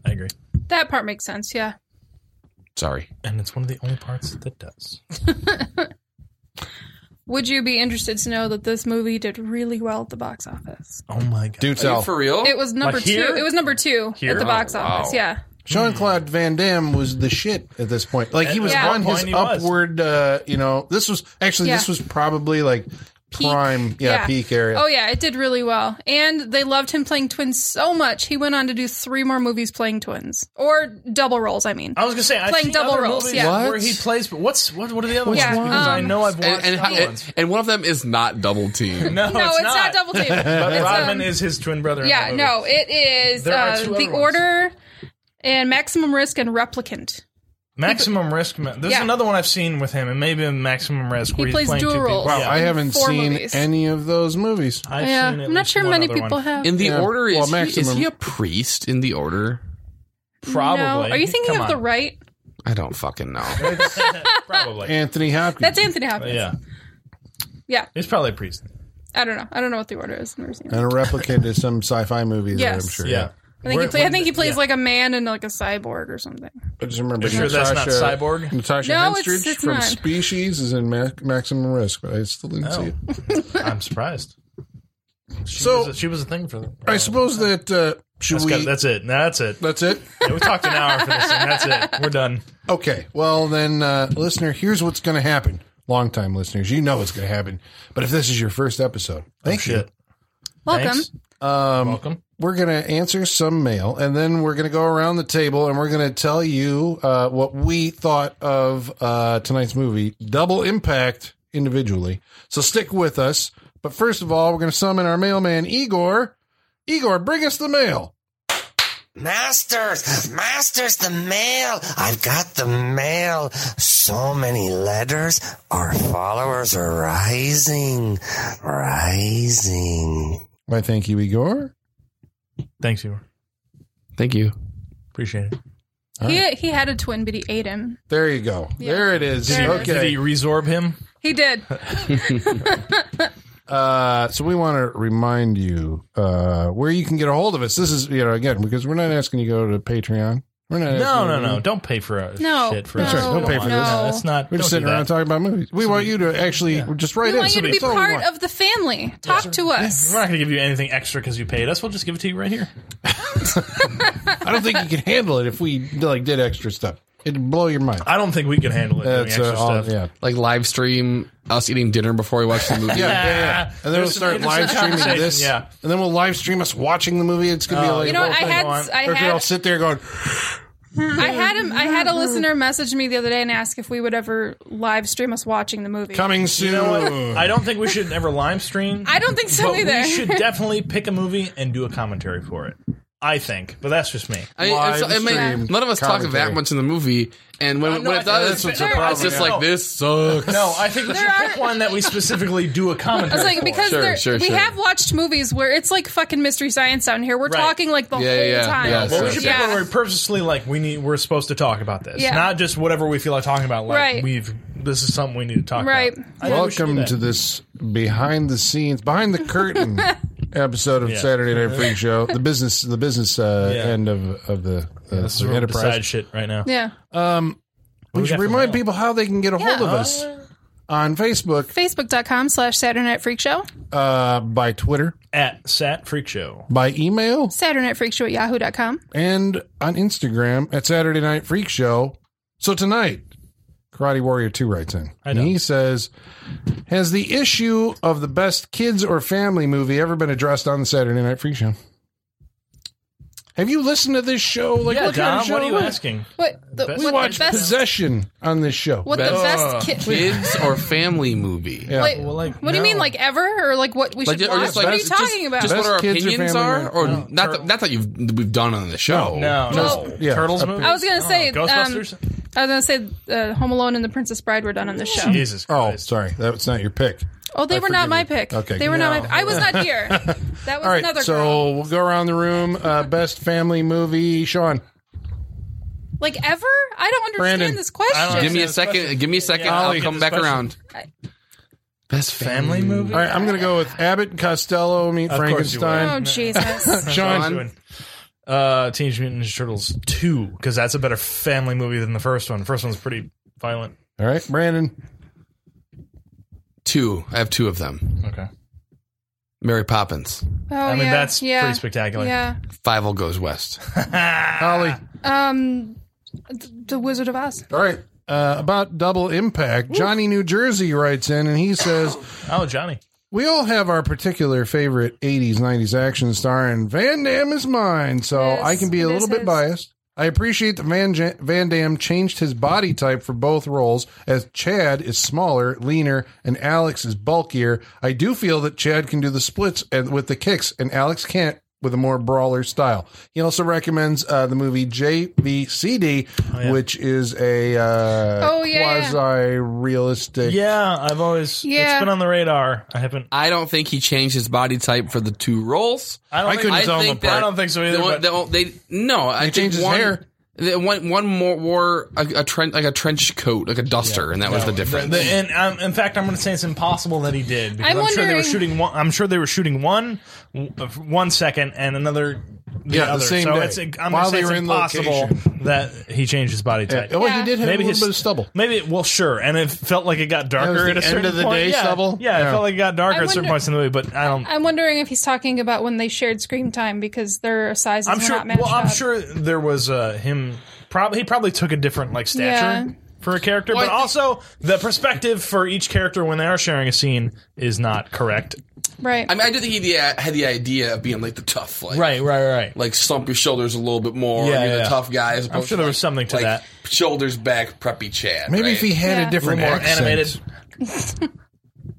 I agree, That part makes sense. Yeah, Sorry. and it's one of the only parts that does. would you be interested to know that this movie did really well at the box office? Oh my god, Do Are tell. you for real? It was number Like two. here? It was number two Here? at the box Oh, wow. office. Yeah, Sean Claude Van Damme was the shit at this point. Like he was Yeah. on one his point he was. upward. Uh, you know, this was actually Yeah. this was probably like prime, yeah, Yeah. peak area. Oh yeah, it did really well, and they loved him playing twins so much. He went on to do three more movies playing twins or double roles. I mean, I was gonna say I've Playing seen double other roles, movies yeah. where What? he plays, but what's what? What are the other Yeah, ones? Because I um, know I've watched and, other and, ones. and one of them is not double team. No, no, it's, not. double (laughs) team. But It's, Rodman um, is his twin brother. in that Yeah, movie. no, it is There are uh, two the other ones. order and maximum risk and replicant. Maximum Risk. ma- This Yeah. is another one I've seen with him, and maybe in Maximum Risk. He where he's plays playing two dual people. roles. Wow, Yeah. I haven't Four seen movies. any of those movies. I've yeah, seen at I'm not least sure one many other people one. have. In the Yeah. order, is, Well, he- is maximum- he a priest in the order? Probably. No. Are you thinking Come of the on. right? I don't fucking know. Probably. Anthony Hopkins. That's Anthony Hopkins. yeah. Yeah. He's probably a priest. I don't know. I don't know what the order is. I've never seen it. and a replicant is some sci-fi movie. That Yes. I'm sure. Yeah. I think he Where- play, I when- think he plays yeah. like a man and like a cyborg or something. I just remember. Sure, that's not Natasha- cyborg. Natasha No, it's- Henstridge it's from not. Species is in Ma- Maximum Risk, but I still didn't see Oh. it. I'm surprised. She So- was a, she was a thing for them. I suppose that uh, should that's, we? got- that's it. That's it. that's it. Yeah, we talked an hour for this thing. That's it. We're done. Okay. Well, then, uh, listener, here's what's going to happen. Longtime listeners, you know what's going to happen. But if this is your first episode, thank you. Oh, Shit. Welcome. Thanks. Um, Welcome. We're going to answer some mail, and then we're going to go around the table and we're going to tell you uh, what we thought of uh, tonight's movie, Double Impact, individually. So stick with us. But first of all, we're going to summon our mailman, Igor. Igor, bring us the mail. Masters, masters, the mail. I've got the mail. So many letters. Our followers are rising, rising. Why, thank you, Igor. Thanks, you. Thank you. Appreciate it. He he had a twin, but he ate him. There you go. Yeah. There it is. There it is. okay. Did he resorb him? (laughs) He did. Uh, so we want to remind you uh, where you can get a hold of us. This is you know again because we're not asking you to go to Patreon. We're not. asking No, no, you to- no. Mm-hmm. Don't pay for a No, shit for That's a right. show. Don't pay for this. No, That's not. We're just don't sitting do around that. talking about movies. We want you to actually we're just right in. We want you to be That's all we part want. of the family. Talk to us. We're not going to give you anything extra because you paid us. We'll just give it to you right here. I don't think you can handle it if we like did extra stuff. It'd blow your mind. I don't think we can handle it. doing That's extra uh, all, stuff. yeah. Like live stream us eating dinner before we watch the movie. Yeah, yeah, yeah. And then we'll There's start some live interesting streaming conversation, this. yeah. Oh. And then we'll live stream us watching the movie. It's gonna be like You know, what? I whole thing. had on. I Or if we all had sit there going, I had him I had a listener message me the other day and ask if we would ever live stream us watching the movie. coming soon. You know what? I don't think we should ever live stream. I don't think so but either. we (laughs) should definitely pick a movie and do a commentary for it. I think, but that's just me. I mean, it's- Live I mean, streamed none of us talk commentary. that much in the movie, and Uh, when, no, when I- it does, that's what's it's the problem, just yeah. like this sucks. No, I think we should There are- pick one that we specifically do a I commentary. was like, for. because Sure, there, sure, we sure. have watched movies where it's like fucking mystery science down here. We're Right. talking like the Yeah, whole yeah, time. yeah, Well, we sure, should sure. pick one where we purposely like we need we're supposed to talk about this, Yeah. not just whatever we feel like talking about. Like Right. we've this is something we need to talk Right. about. I think we should do Welcome that. to this behind the scenes, behind the curtain (laughs) episode of Yeah. Saturday Night Freak Show. The business, the business uh, Yeah. end of of the, uh, This is the where we decide enterprise. shit right now. yeah. We we should got for remind mail? people how they can get a hold Yeah. of us on Facebook, Facebook.com slash Saturday Night Freak Show. uh, by Twitter, At Sat Freak Show. by email, Saturday Night Freak Show at yahoo.com. and on Instagram at Saturday Night Freak Show. So tonight, Karate Warrior Two writes in, I and know. he says, "Has the issue of the best kids or family movie ever been addressed on the Saturday Night Freak Show?" Have you listened to this show? Like, Yeah, what kind of Dom, show what are you is it? asking? What the, Best- what We the watch best, Possession on this show. What the best kid? Kids or family movie? Yeah. Wait, Well, like, what do you no. mean, like ever, or like what we Like, should or watch? just like, what are you just- talking about? Just what Best our kids or opinions family are, or movie? not, that, not that you've we've done on the show. No, Well, no. yeah. Turtles Up- movie. I was gonna say, um, Oh, Ghostbusters. I was gonna say uh, Home Alone and The Princess Bride were done on this show. Jesus Oh, Christ. sorry, that's not your pick. Oh, they were not forgive my you. pick. Okay, they were no. not. my I was not (laughs) here. That was All right, another so girl. we'll go around the room. (laughs) Uh, best family movie, Sean. Like ever? I don't understand Brandon, this I don't question. Give me a This question- second. Give me a second. Yeah, I'll I'll get come this back question. around. Best Family movie. Mm. All right, I'm going to go with Abbott and Costello meet Of course you oh Frankenstein. Jesus! Sean, Sean. Uh, Teenage Mutant Ninja Turtles 2, because that's a better family movie than the first one. The first one's pretty violent. all right, Brandon. two. I have two of them. Okay. Mary Poppins. (laughs) Oh, I mean, yeah, that's yeah, pretty spectacular. Yeah. Five All Goes West. Holly. Um, th- The Wizard of Oz. All right. Uh, about double impact, Johnny New Jersey writes in and he says, Oh, Johnny. We all have our particular favorite 80s, 90s action star, and Van Damme is mine, so Yes, I can be a it little is bit his. biased. I appreciate that Van, Jan- Van Damme changed his body type for both roles, as Chad is smaller, leaner, and Alex is bulkier. I do feel that Chad can do the splits and with the kicks, and Alex can't. with a more brawler style. He also recommends uh, the movie JVCD, Oh, yeah. which is a uh, Oh, yeah. quasi realistic. Yeah, I've always Yeah. it's been on the radar. I haven't. I don't think he changed his body type for the two roles. I don't I think, couldn't I, tell them think apart. that- don't think so either. The one- but the one- they no, I think changed his one, hair. the one one more wore a, a trench like a trench coat, like a duster, and that was the difference. The- and um, in fact, I'm going to say it's impossible that he did because I'm, I'm sure they were wondering- shooting. One, I'm sure they were shooting one, w- of one second and another. The Yeah, the other. same so day. It's, I'm gonna While say they it's were in impossible that he changed his body Yeah. type. Oh, he Yeah. did have Maybe a little his- bit of stubble. Maybe it, well, sure, and it felt like it got darker the at end a certain of the point. day yeah. stubble? Yeah, Yeah. it felt like it got darker I at certain wonder- points in the movie, but I don't. I'm wondering if he's talking about when they shared screen time because their sizes I'm were sure. not matched Well, I'm up. sure there was uh, him. Probably he probably took a different like stature Yeah. for a character, Well, but I thi- also the perspective for each character when they are sharing a scene is not correct. Right. I mean, I do think he the, had the idea of being like the tough, like right, right. like slump your shoulders a little bit more. Yeah, Yeah, you're yeah. the tough guy. As opposed sure there to, was like- something to like, that. Shoulders back, preppy Chad. Maybe right? if he had Yeah. a different more accent. animated.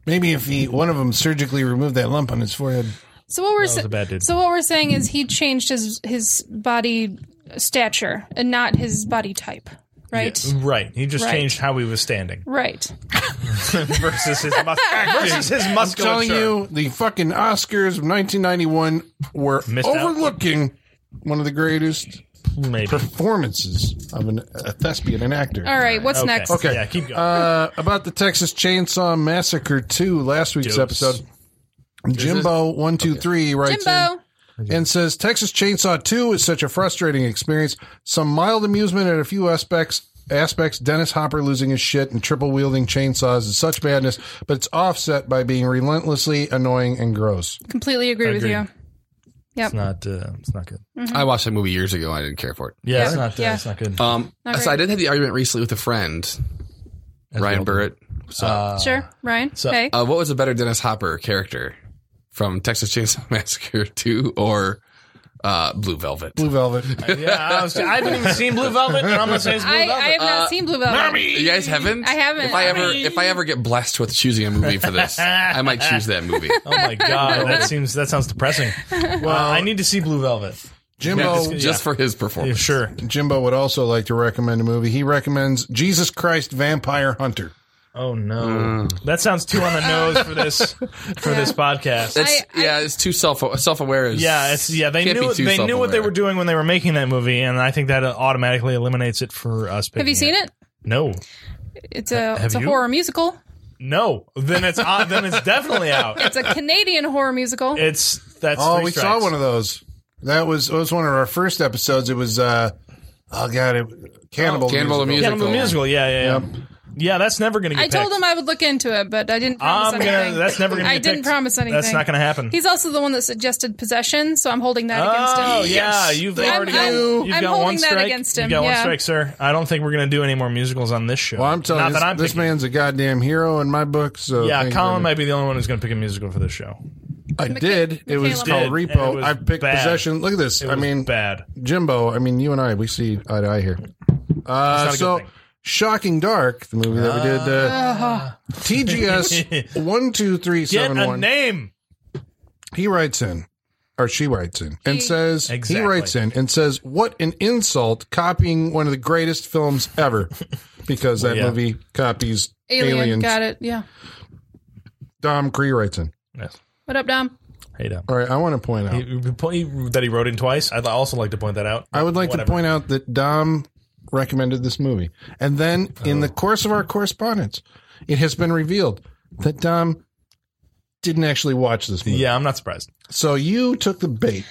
Maybe if he one of them surgically removed that lump on his forehead. So what we're was sa- a bad dude. so what we're saying is he changed his his body stature and not his body type, right? Right. He just Right. changed how he was standing Right. (laughs) versus his (laughs) mus- versus his I'm musculature. telling you, the fucking Oscars of 1991 were Missed out. overlooking one of the greatest Maybe. performances of an, a thespian, an actor. All right. What's Okay. next? Okay. Yeah, keep going. Uh, about the Texas Chainsaw Massacre 2, last week's Dopes. episode, Jimbo123 writes in, Jimbo. and says Texas Chainsaw 2 is such a frustrating experience. Some mild amusement at a few aspects. Aspects Dennis Hopper losing his shit and triple wielding chainsaws is such badness, but it's offset by being relentlessly annoying and gross. Completely agree with Agreed. you. it's not. Uh, it's not good. Mm-hmm. I watched that movie years ago. and I didn't care for it. Yeah, Yeah. it's not. Uh, Yeah. It's not good. Um, Not so great. I did have the argument recently with a friend, Ryan Burritt. So, uh, sure. Ryan. so- okay. what was a better Dennis Hopper character from Texas Chainsaw (laughs) Massacre Two or uh, Blue Velvet? Blue Velvet. yeah, I, was, I haven't even seen Blue Velvet, and I'm gonna say it's Blue I, Velvet. Uh, I have not seen Blue Velvet. You guys haven't? I haven't. If I ever if I ever get blessed with choosing a movie for this, I might choose that (laughs) movie. Oh my (laughs) god, that seems that sounds depressing. Well, I need to see Blue Velvet. (laughs) Jimbo Just for his Yeah, performance. sure. Jimbo would also like to recommend a movie. He recommends Jesus Christ Vampire Hunter. Oh no, Mm. that sounds too on the nose for this for this podcast. It's, I- yeah, it's too self self aware. yeah, it's yeah. They Can't knew be too they knew what they self-aware. were doing when they were making that movie, and I think that automatically eliminates it for us. Have you seen it? No, It's a have it's a you? horror musical. no. Then it's uh, then it's definitely out. (laughs) (laughs) It's a Canadian horror musical. It's that's Oh, three we saw strikes. one of those. That was that was one of our first episodes. It was uh oh god, it, Oh, Cannibal Musical. Cannibal Music. yeah, the musical. Yeah, yeah, yeah. Yeah, that's never gonna. Get I told picked. him I would look into it, but I didn't promise I'm anything. gonna. That's never gonna. I get didn't picked. promise anything. That's not gonna happen. He's also the one that suggested possession, so I'm holding that against him. Oh yeah, Yes. you've I'm- already I'm- got, you've I'm got one holding that strike. against You've him, got one yeah. strike, sir. I don't think we're going to do any more musicals on this show. Well, I'm telling not you, that I'm this, this picking. man's a goddamn hero in my book. So Yeah, thank you Colin very much. might be the only one who's going to pick a musical for this show. I did. It was Michaela called Did, and Repo. it was I picked bad. possession. Look at this. It I was mean, bad. Jimbo. I mean, you and I, we see eye to eye here. Uh, good so, thing. Shocking Dark, the movie that we did. Uh, (laughs) TGS one two three Ah. Get seven a one. name. he writes in or she writes in and says Exactly. he writes in and says what an insult copying one of the greatest films ever because that yeah. movie copies Alien. aliens Got it. Yeah. dom cree writes in Yes. What up, Dom? Hey, Dom. all right i want to point out He- he- he- That he wrote in twice. I'd also like to point that out. i would like Whatever. to point out that dom recommended this movie and then in Oh. the course of our correspondence it has been revealed that dom didn't actually watch this movie Yeah, I'm not surprised. so you took the bait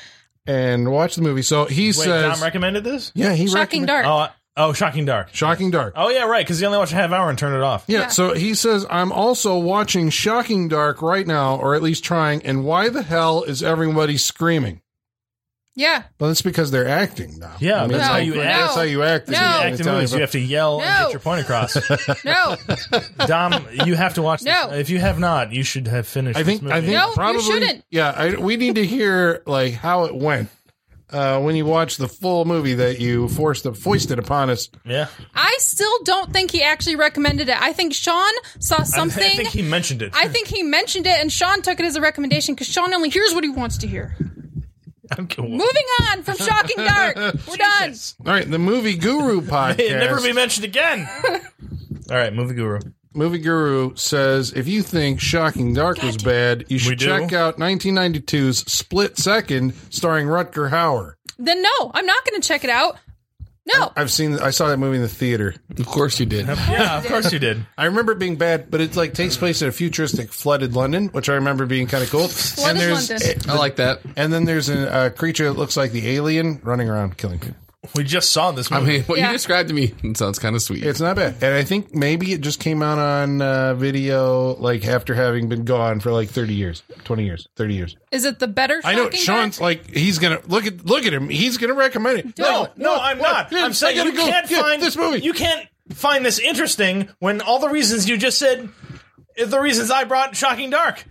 and watched the movie so he Wait, says Tom recommended this? yeah he Shocking recommend- Dark. Oh, I- oh, shocking dark. shocking dark Oh yeah, right. Because he only watched a half hour and turned it off. Yeah, Yeah. so he says, I'm also watching Shocking Dark right now, or at least trying, and why the hell is everybody screaming? yeah. Well, that's because they're acting now. Yeah, I mean, that's it's how like- you That's act. how you act. No. It's You Act in Italian, movies, but- you have to yell and No. get your (laughs) point across. No. Dom, you have to watch. No. This. If you have not, you should have finished. I think, This movie. I think No, you probably, shouldn't. yeah, I, we need to hear like how it went. Uh, when you watch the full movie that you forced to foisted upon us, Yeah, I still don't think he actually recommended it. I think Sean saw something. I think he mentioned it. I think he mentioned it, and Sean took it as a recommendation because Sean only hears what he wants to hear. (laughs) I don't care what. Moving on from (laughs) Shocking Dark. We're done. All right, the Movie (laughs) Guru podcast. It'll never be mentioned (laughs) again. All right, movie guru. Oh, Movie Guru says if you think Shocking Dark was bad, you should do. check out 1992's Split Second, starring Rutger Hauer. Then no, I'm not going to check it out. No. I've seen, I saw that movie in the theater. Of course you did. Yeah, of course you did. I remember it being bad, but it like takes place in a futuristic flooded London, which I remember being kind of cool. and there's, London. I like that. and then there's a uh, creature that looks like the alien running around killing people. We just saw this I movie. mean, what Yeah. you described to me (laughs) it sounds kind of sweet. It's not bad, and I think maybe it just came out on uh, video like after having been gone for like thirty years, twenty years, thirty years. Is it the better I Shocking know Dark? Sean's like he's gonna look at look at him. He's gonna recommend it. no, no, I'm what? not. Yeah, I'm saying I gotta you go can't get find this movie. You can't find this interesting when all the reasons you just said, is the reasons I brought Shocking Dark.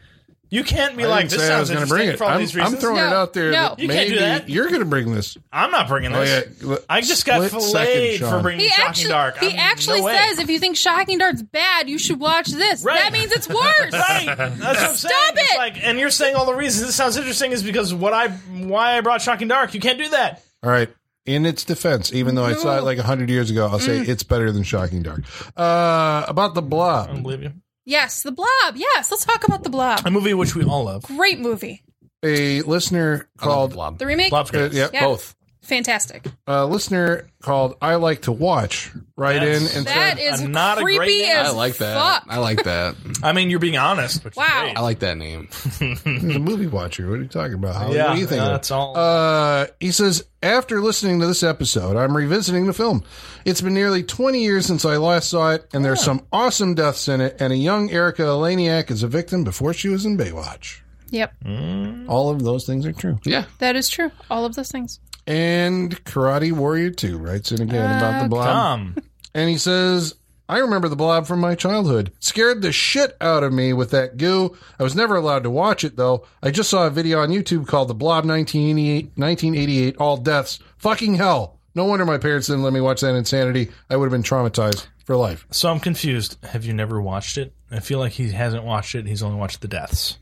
You can't be I like didn't this say I sounds was gonna interesting bring it. for all I'm, these I'm reasons. throwing it No, out there. no. that You can't maybe do that. You're gonna bring this. I'm not bringing Oh, this. yeah. I just got Split second filleted Sean. for bringing He Shocking actually, Dark. he I'm- actually no way. says if you think Shocking Dark's bad, you should watch this. Right. (laughs) That means it's worse. Right. That's what I'm saying. Stop It's it! like, and you're saying all the reasons it sounds interesting is because what I why I brought Shocking Dark. You can't do that. All right. In its defense, even though I saw it like hundred years ago, I'll Mm. say it's better than Shocking Dark. Uh, about the I Blob, don't believe you. Yes, The Blob. Yes, let's talk about The Blob. A movie which we all love. Great movie. a listener I love called the blob. The remake, Love uh, yeah, Yeah. Both. fantastic. a listener called I like to watch right in That's- and That said, is I'm not a creepy great name. as I like that. fuck. I like that. I mean, you're being honest. Which Wow. Is I great. like that name. (laughs) "The movie watcher, what are you talking about? How, Yeah, what do you think?" of it?" that's all. Uh, he says, after listening to this episode, I'm revisiting the film. It's been nearly 20 years since I last saw it, and there's some awesome deaths in it, and a young Erica Elaniak is a victim before she was in Baywatch. Yep, Hmm? All of those things are true. Yeah. that is true. All of those things. And Karate Warrior 2 writes in again about the blob. Tom. And he says, I remember the blob from my childhood. Scared the shit out of me with that goo. I was never allowed to watch it, though. I just saw a video on YouTube called The Blob 1988, 1988 All Deaths. Fucking hell. No wonder my parents didn't let me watch that insanity. I would have been traumatized for life. So I'm confused. Have you never watched it? I feel like he hasn't watched it. He's only watched the deaths.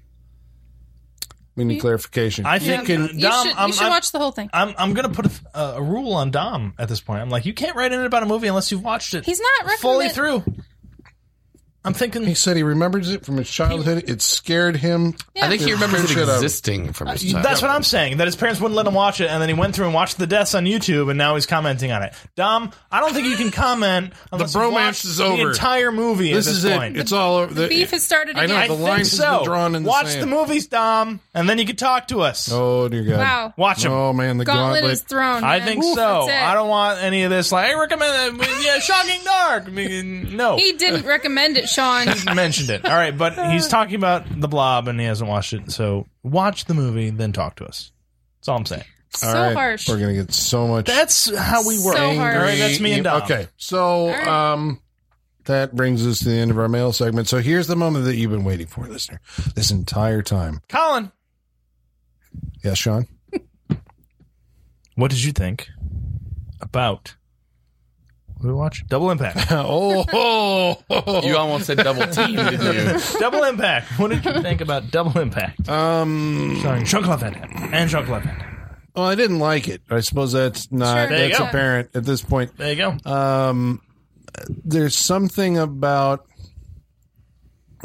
We need clarification. I think can- uh, You Dom. should, you I'm, should I'm, watch the whole thing. I'm I'm gonna put a, f- a- a rule on Dom at this point. I'm like, you can't write in about a movie unless you've watched it. He's not fully recommend- through. I'm thinking. he said he remembers it from his childhood. It scared him. I think he remembers it Shut up. existing from his time. That's what I'm saying. That his parents wouldn't let him watch it, and then he went through and watched the deaths on YouTube, and now he's commenting on it. Dom, I don't think you can comment. Unless you've bromance watched is The over. entire movie. This at is this it. point. It's all over. The, beef has started I know, again. I the think line so. is drawn in the Watch sand. the movies, Dom, and then you can talk to us. Oh, dear God. Wow. Watch them. Oh, man. The Gauntlet, gauntlet. is thrown. I man. think Oof, so. that's it. I don't want any of this. Like, I recommend it. Yeah, shocking dark. I mean, no, he He (laughs) didn't recommend it, Sean. mentioned it. All right, but he's talking about the Blob, and he hasn't watched it. So watch the movie, then talk to us. That's all I'm saying. so All right, harsh. We're going to get so much. That's how we work. So All hard. right, that's me and Dom. Okay, so right. um, that brings us to the end of our mail segment. So here's the moment that you've been waiting for, listener, this entire time. Colin, Yes, (laughs) Sean. what did you think about? What did we watch Double Impact. oh, You almost said double (laughs) team, didn't (laughs) Double Impact. What did you think about Double Impact? um, Starring Jean Claude Van Damme and Jean Claude Van Damme. (laughs) well, I didn't like it. I suppose that's not Sure. There you that's go. apparent at this point. There you go. Um, there's something about.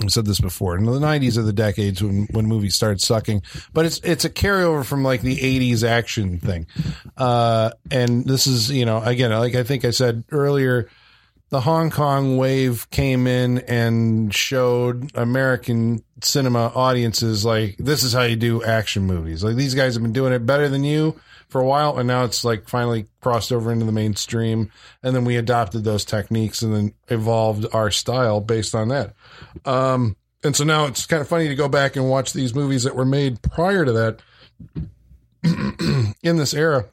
I said this before. In the '90s are the decades when when movies started sucking, but it's it's a carryover from like the '80s action thing, uh, and this is you know again like I think I said earlier, the Hong Kong wave came in and showed American cinema audiences like this is how you do action movies. Like these guys have been doing it better than you for a while, and now it's like finally crossed over into the mainstream. And then we adopted those techniques and then evolved our style based on that. Um, and so now it's kind of funny to go back and watch these movies that were made prior to that (clears throat) in this era.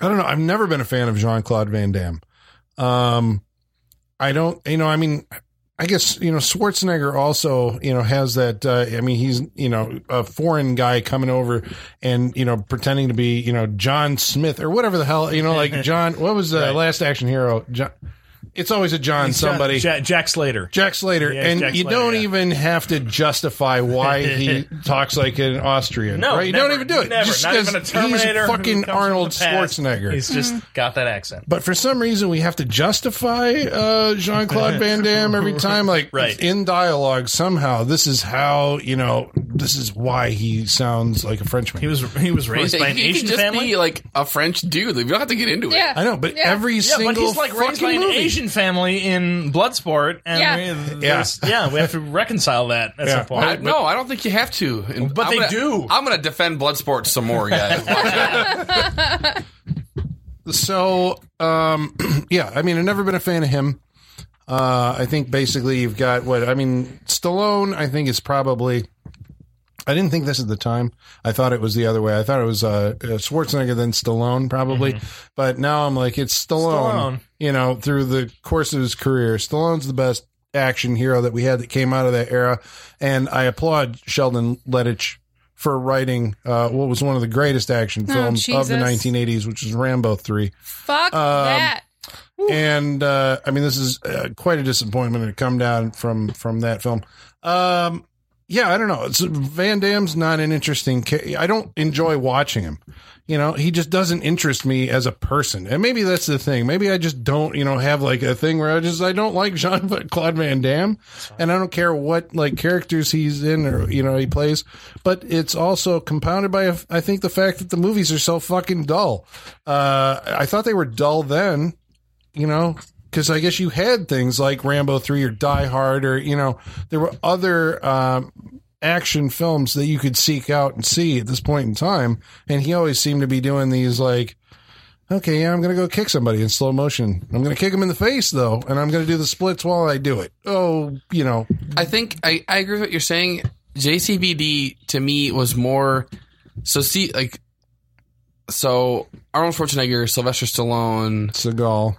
I don't know. I've never been a fan of Jean Claude Van Damme. Um, I don't, you know, I mean, I guess, you know, Schwarzenegger also, you know, has that, uh, I mean, he's, you know, a foreign guy coming over and, you know, pretending to (laughs) be, you know, John Smith or whatever the hell, you know, like John, what was the last action hero? John, It's always a John somebody. Ja- Jack Slater. Jack Slater, Yeah, and Jack you Slater, don't yeah. even have to justify (laughs) why he talks like an Austrian. No, right? You never, don't even do it. Never, Just not 'cause even a Terminator. He's who fucking comes from Arnold the past. Schwarzenegger. He's just got that accent. but for some reason, we have to justify uh, Jean Claude Van Damme every time, like (laughs) Right. in dialogue. Somehow, this is how you know. This is why he sounds like a Frenchman. He was he was raised by an he Asian could just family. be like a French dude. Like, we don't have to get into it. Yeah. I know, but Yeah. every yeah, single but he's like raised by fucking an movie. Asian family in Bloodsport, and Yeah. we, there's- yeah, we have to reconcile that at Yeah. some point. I, no, I don't think you have to. And But I'm they gonna- do. I'm going to defend Bloodsport some more, (laughs) guys. So, um, (clears throat) yeah, I mean, I've never been a fan of him. Uh, I think basically you've got what I mean. Stallone, I think, is probably. I didn't think this at the time. I thought it was the other way. I thought it was uh, uh, Schwarzenegger then Stallone, probably. But now I'm like, it's Stallone, Stallone. You know, through the course of his career, Stallone's the best action hero that we had that came out of that era. And I applaud Sheldon Lettich for writing uh, what was one of the greatest action Oh, films of the Jesus. 1980s, which is Rambo 3. Fuck Um, that. And uh, I mean, this is uh, quite a disappointment to come down from from that film. Um, yeah, I don't know. It's, Van Damme's not an interesting. Ca- I don't enjoy watching him. You know, he just doesn't interest me as a person. And maybe that's the thing. Maybe I just don't, you know, have like a thing where I just I don't like (laughs) Jean Claude Van Damme, and I don't care what like characters he's in or you know he plays. But it's also compounded by I think the fact that the movies are so fucking dull. Uh, I thought they were dull then you know because i guess you had things like rambo 3 or die hard or you know there were other um, action films that you could seek out and see at this point in time and he always seemed to be doing these like okay yeah i'm gonna go kick somebody in slow motion i'm gonna kick him in the face though and i'm gonna do the splits while i do it oh you know I think I, I agree with what you're saying. JCBD to me was more so see like so Arnold Schwarzenegger, Sylvester Stallone Seagal.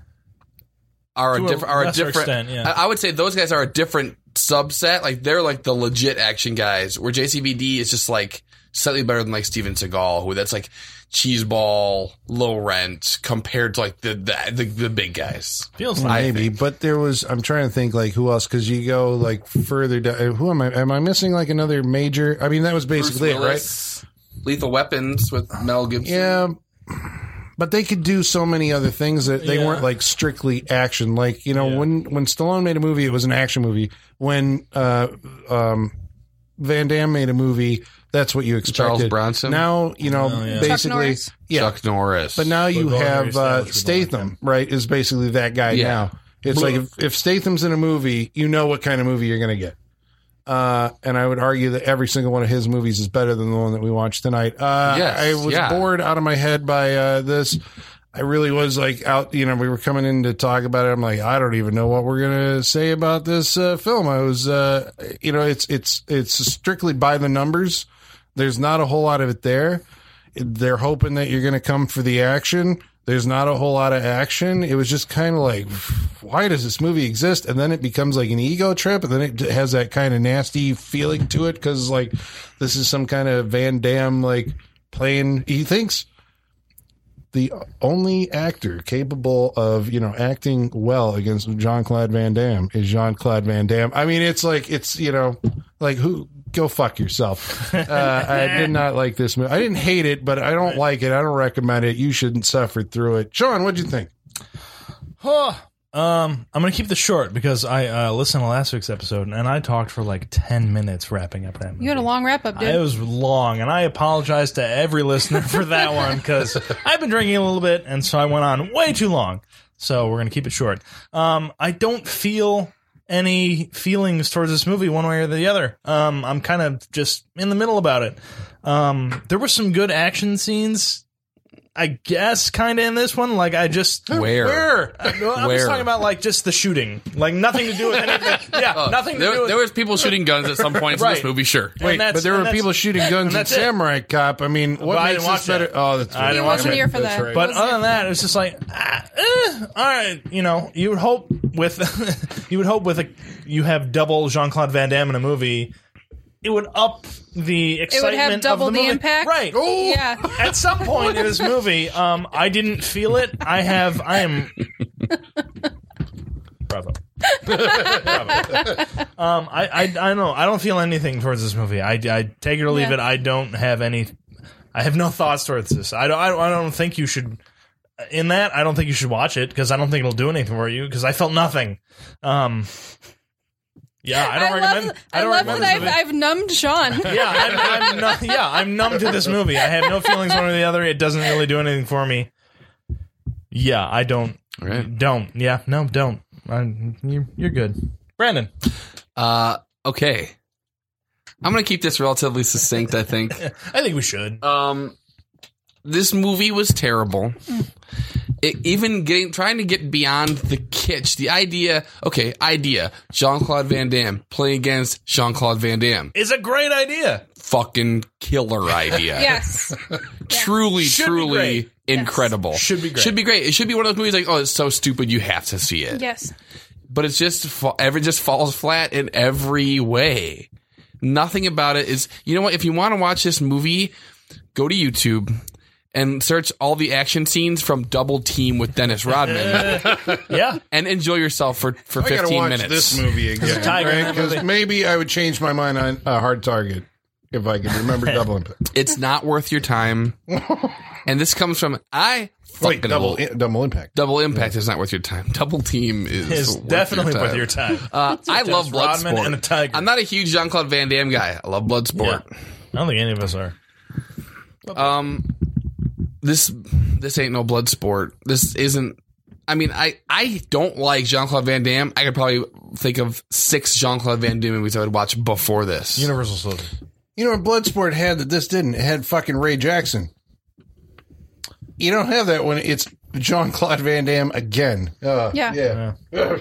are To a a different are a lesser different extent, yeah. I, I would say those guys are a different subset. Like they're like the legit action guys where JCBD is just like slightly better than like Steven Seagal who that's like cheeseball, low rent compared to like the the the, the big guys. Feels like maybe but there was i'm trying to think like who else because you go like further down who am i am i missing like another major i mean that was Bruce basically it right Willis, Lethal Weapons with Mel Gibson. Yeah. But they could do so many other things that they Yeah. weren't like strictly action. Like, you know, when when Stallone made a movie, it was an action movie. When uh um Van Damme made a movie, that's what you expected. Bronson? Now, you know, Oh, yeah. Chuck basically Norris. yeah. Chuck Norris. But now you We've already have uh, established we don't like Statham, right? Is basically that guy Yeah. now. It's like if, if Statham's in a movie, you know what kind of movie you're going to get. Uh, and I would argue that every single one of his movies is better than the one that we watched tonight. Uh, Yes, I was yeah. bored out of my head by uh, this. I really was like out, you know, we were coming in to talk about it. I'm like, I don't even know what we're going to say about this uh, film. I was, uh, you know, it's, it's, it's strictly by the numbers. There's not a whole lot of it there. They're hoping that you're going to come for the action. There's not a whole lot of action. It was just kind of like, why does this movie exist? And then it becomes like an ego trip, and then it has that kind of nasty feeling to it because like this is some kind of Van Damme like playing. He thinks the only actor capable of you know acting well against Jean Claude Van Damme is Jean Claude Van Damme. I mean, it's like it's you know like who go fuck yourself. Uh, (laughs) I did not like this movie. I didn't hate it, but I don't like it. I don't recommend it. You shouldn't suffer through it. Sean, what'd you think? Huh. Um, I'm gonna keep this short because I uh, listened to last week's episode and I talked for like ten minutes wrapping up that. Movie. You had a long wrap up, dude. It was long, and I apologize to every listener for that one because I've been drinking a little bit, and so I went on way too long. So we're gonna keep it short. Um, I don't feel any feelings towards this movie one way or the other. Um, I'm kind of just in the middle about it. Um, there were some good action scenes, I guess, kind of in this one. Like I just Where? where I- no, I'm Where? just talking about like just the shooting, like nothing to do with anything. Yeah, nothing to There, do with there was people shooting guns at some point in this Right. movie, sure. and Wait, that's- but there and were that's- people shooting guns at that's it. Samurai Cop. I mean, what But I makes didn't this watch better? that. Oh, that's I didn't You watch wasn't it. here for That's that. right. But other than that, it's just like, ah, eh, all right, you know, you would hope with, (laughs) you would hope with a, you have double Jean Claude Van Damme in a movie, it would up the it would excitement have double of the, movie. impact. right? Yeah. At some point in this movie, um, I didn't feel it. I have, I am Bravo. Bravo. Um, I, I, I don't know. I don't feel anything towards this movie. I, I take it or leave Yeah. it. I don't have any. I have no thoughts towards this. I don't. I don't, I don't think you should. In that, I don't think you should watch it because I don't think it'll do anything for you because I felt nothing. Um, yeah, I don't recommend. love, I don't love recommend this that I've, movie. I've numbed Sean. (laughs) yeah, I'm, I'm numb, yeah, I'm numb to this movie. I have no feelings one or the other. It doesn't really do anything for me. Yeah, I don't. All right. Don't. Yeah, no, don't. I'm, you're, you're good. Brandon. Uh, okay. I'm going to keep this relatively succinct, I think. I think we should. Um, this movie was terrible. It, even getting trying to get beyond the kitsch, the idea. Okay, idea. Jean Claude Van Damme playing against Jean Claude Van Damme. It's a great idea. Fucking (laughs) killer idea. Yes. Truly, Should be truly great. incredible. Should be great. Should be great. It should be one of those movies like, oh, it's so stupid, you have to see it. Yes. But it's just fa- every just falls flat in every way. Nothing about it is. You know what? If you want to watch this movie, go to YouTube and search all the action scenes from Double Team with Dennis Rodman (laughs) Yeah. and enjoy yourself for for I gotta fifteen watch minutes. this movie again, tiger in that Because movie. maybe I would change my mind on uh, Hard Target if I could (laughs) remember Double Impact. It's not worth (laughs) your time. and this comes from I fucking Wait, Double will- I- Double Impact. Double Impact is not worth your time. Double Team is It's worth definitely your worth time. your time. Uh, I love Rodman Bloodsport. and a tiger. I'm not a huge Jean Claude Van Damme guy. I love Yeah. Bloodsport. I don't think any of us are. Um, this this ain't no blood sport. This isn't. I mean, I I don't like Jean Claude Van Damme. I could probably think of six Jean Claude Van Damme movies I would watch before this. Universal Soldier. You know what Bloodsport had that this didn't? It had fucking Ray Jackson. You don't have that when it's Jean Claude Van Damme again. Uh, Yeah. Yeah.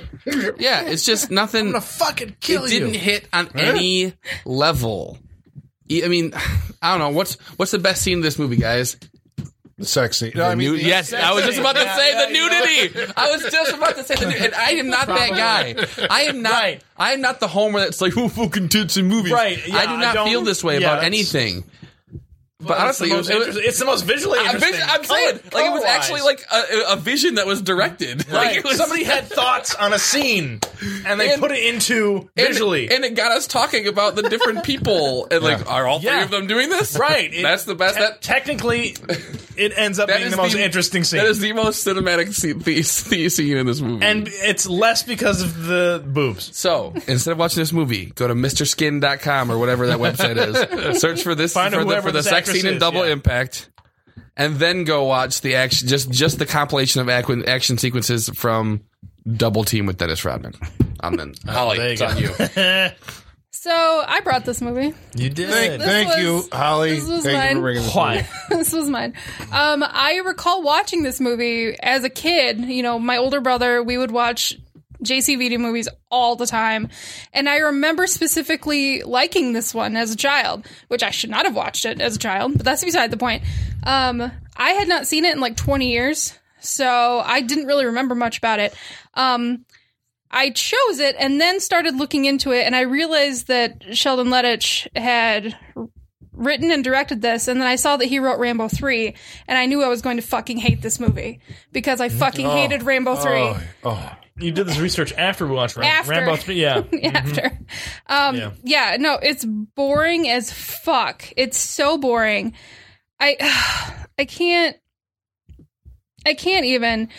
yeah, it's just nothing. fucking It didn't hit on any level. E, I mean, (sighs) I don't know what's what's the best scene in this movie, guys. Sexy. No, I mean, Nu- the- yes, I was just about to say the nudity. I was just about to say the nudity. And I am not that guy. I am not. Right. I am not the homer that's like, "Who fucking tits in movies?" Right, yeah, I do I not don't- feel this way yeah, about it's- anything. But It's honestly, the, most it was- interest- it's the most visually I'm, interesting. vis- I'm saying, like, it was Color-wise. actually like a, a vision that was directed. (laughs) Like, Right. it was, Somebody had thoughts on a scene, and they And- put it into and, visually. and it got us talking about the different people, and like, are all three Yeah. of them doing this? right. It- (laughs) That's the best. te- That technically, it ends up that being is the most interesting scene. That is the most cinematic scene, the, the scene in this movie. and it's less because of the boobs. (laughs) So instead of watching this movie, go to MrSkin.com or whatever that website (laughs) is. Search for this Find for the, whoever for the this sex actress scene in is, Double yeah. Impact, and then go watch the action just just the compilation of ac- action sequences from Double Team with Dennis Rodman. I'm in. Holly, Oh, there you it's go. on you. So I brought this movie. You Thank, did. thank was- you, Holly. this was Thank you mine. for bringing this. Why? (laughs) this was mine. Um, I recall watching this movie as a kid. You know, my older brother, we would watch JCVD movies all the time. And I remember specifically liking this one as a child, which I should not have watched it as a child, but that's beside the point. Um, I had not seen it in like 20 years, so I didn't really remember much about it. Um, I chose it and then started looking into it, and I realized that Sheldon Lettich had written and directed this, and then I saw that he wrote Rambo 3, and I knew I was going to fucking hate this movie because I fucking hated Rambo 3 Oh, You did this research after we watched Ram- After. Rambo 3. (laughs) Yeah. Mm-hmm. Mm-hmm. after. Um, Yeah. yeah. no, it's boring as fuck. It's so boring. I, (sighs) I can't, I can't even.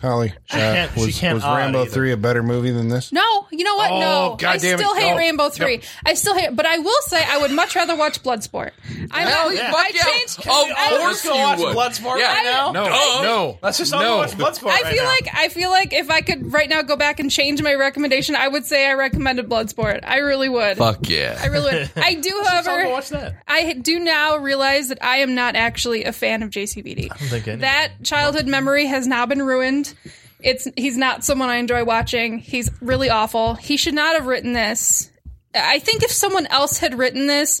Holly, uh, can't- she was, can't was odd Rambo either. 3 a better movie than this? No, you know what? Oh, no, God I damn it. still hate No. Rambo three. I still hate, but I will say I would much rather watch Bloodsport. I, Hell I, yeah. I Fuck yeah. Oh, changed. Of I- course Let's go you watch would. Bloodsport Yeah. right now. No, Duh. no. Let's just all no. watch Bloodsport I right feel now. like I feel like if I could right now go back and change my recommendation, I would say I recommended Bloodsport. I really would. Fuck I yeah. (laughs) really would. I do, I'll go however, watch that. I do now realize that I am not actually a fan of JCVD. think any- That childhood memory has now been ruined. It's he's not someone I enjoy watching. He's really awful. He should not have written this. I think if someone else had written this,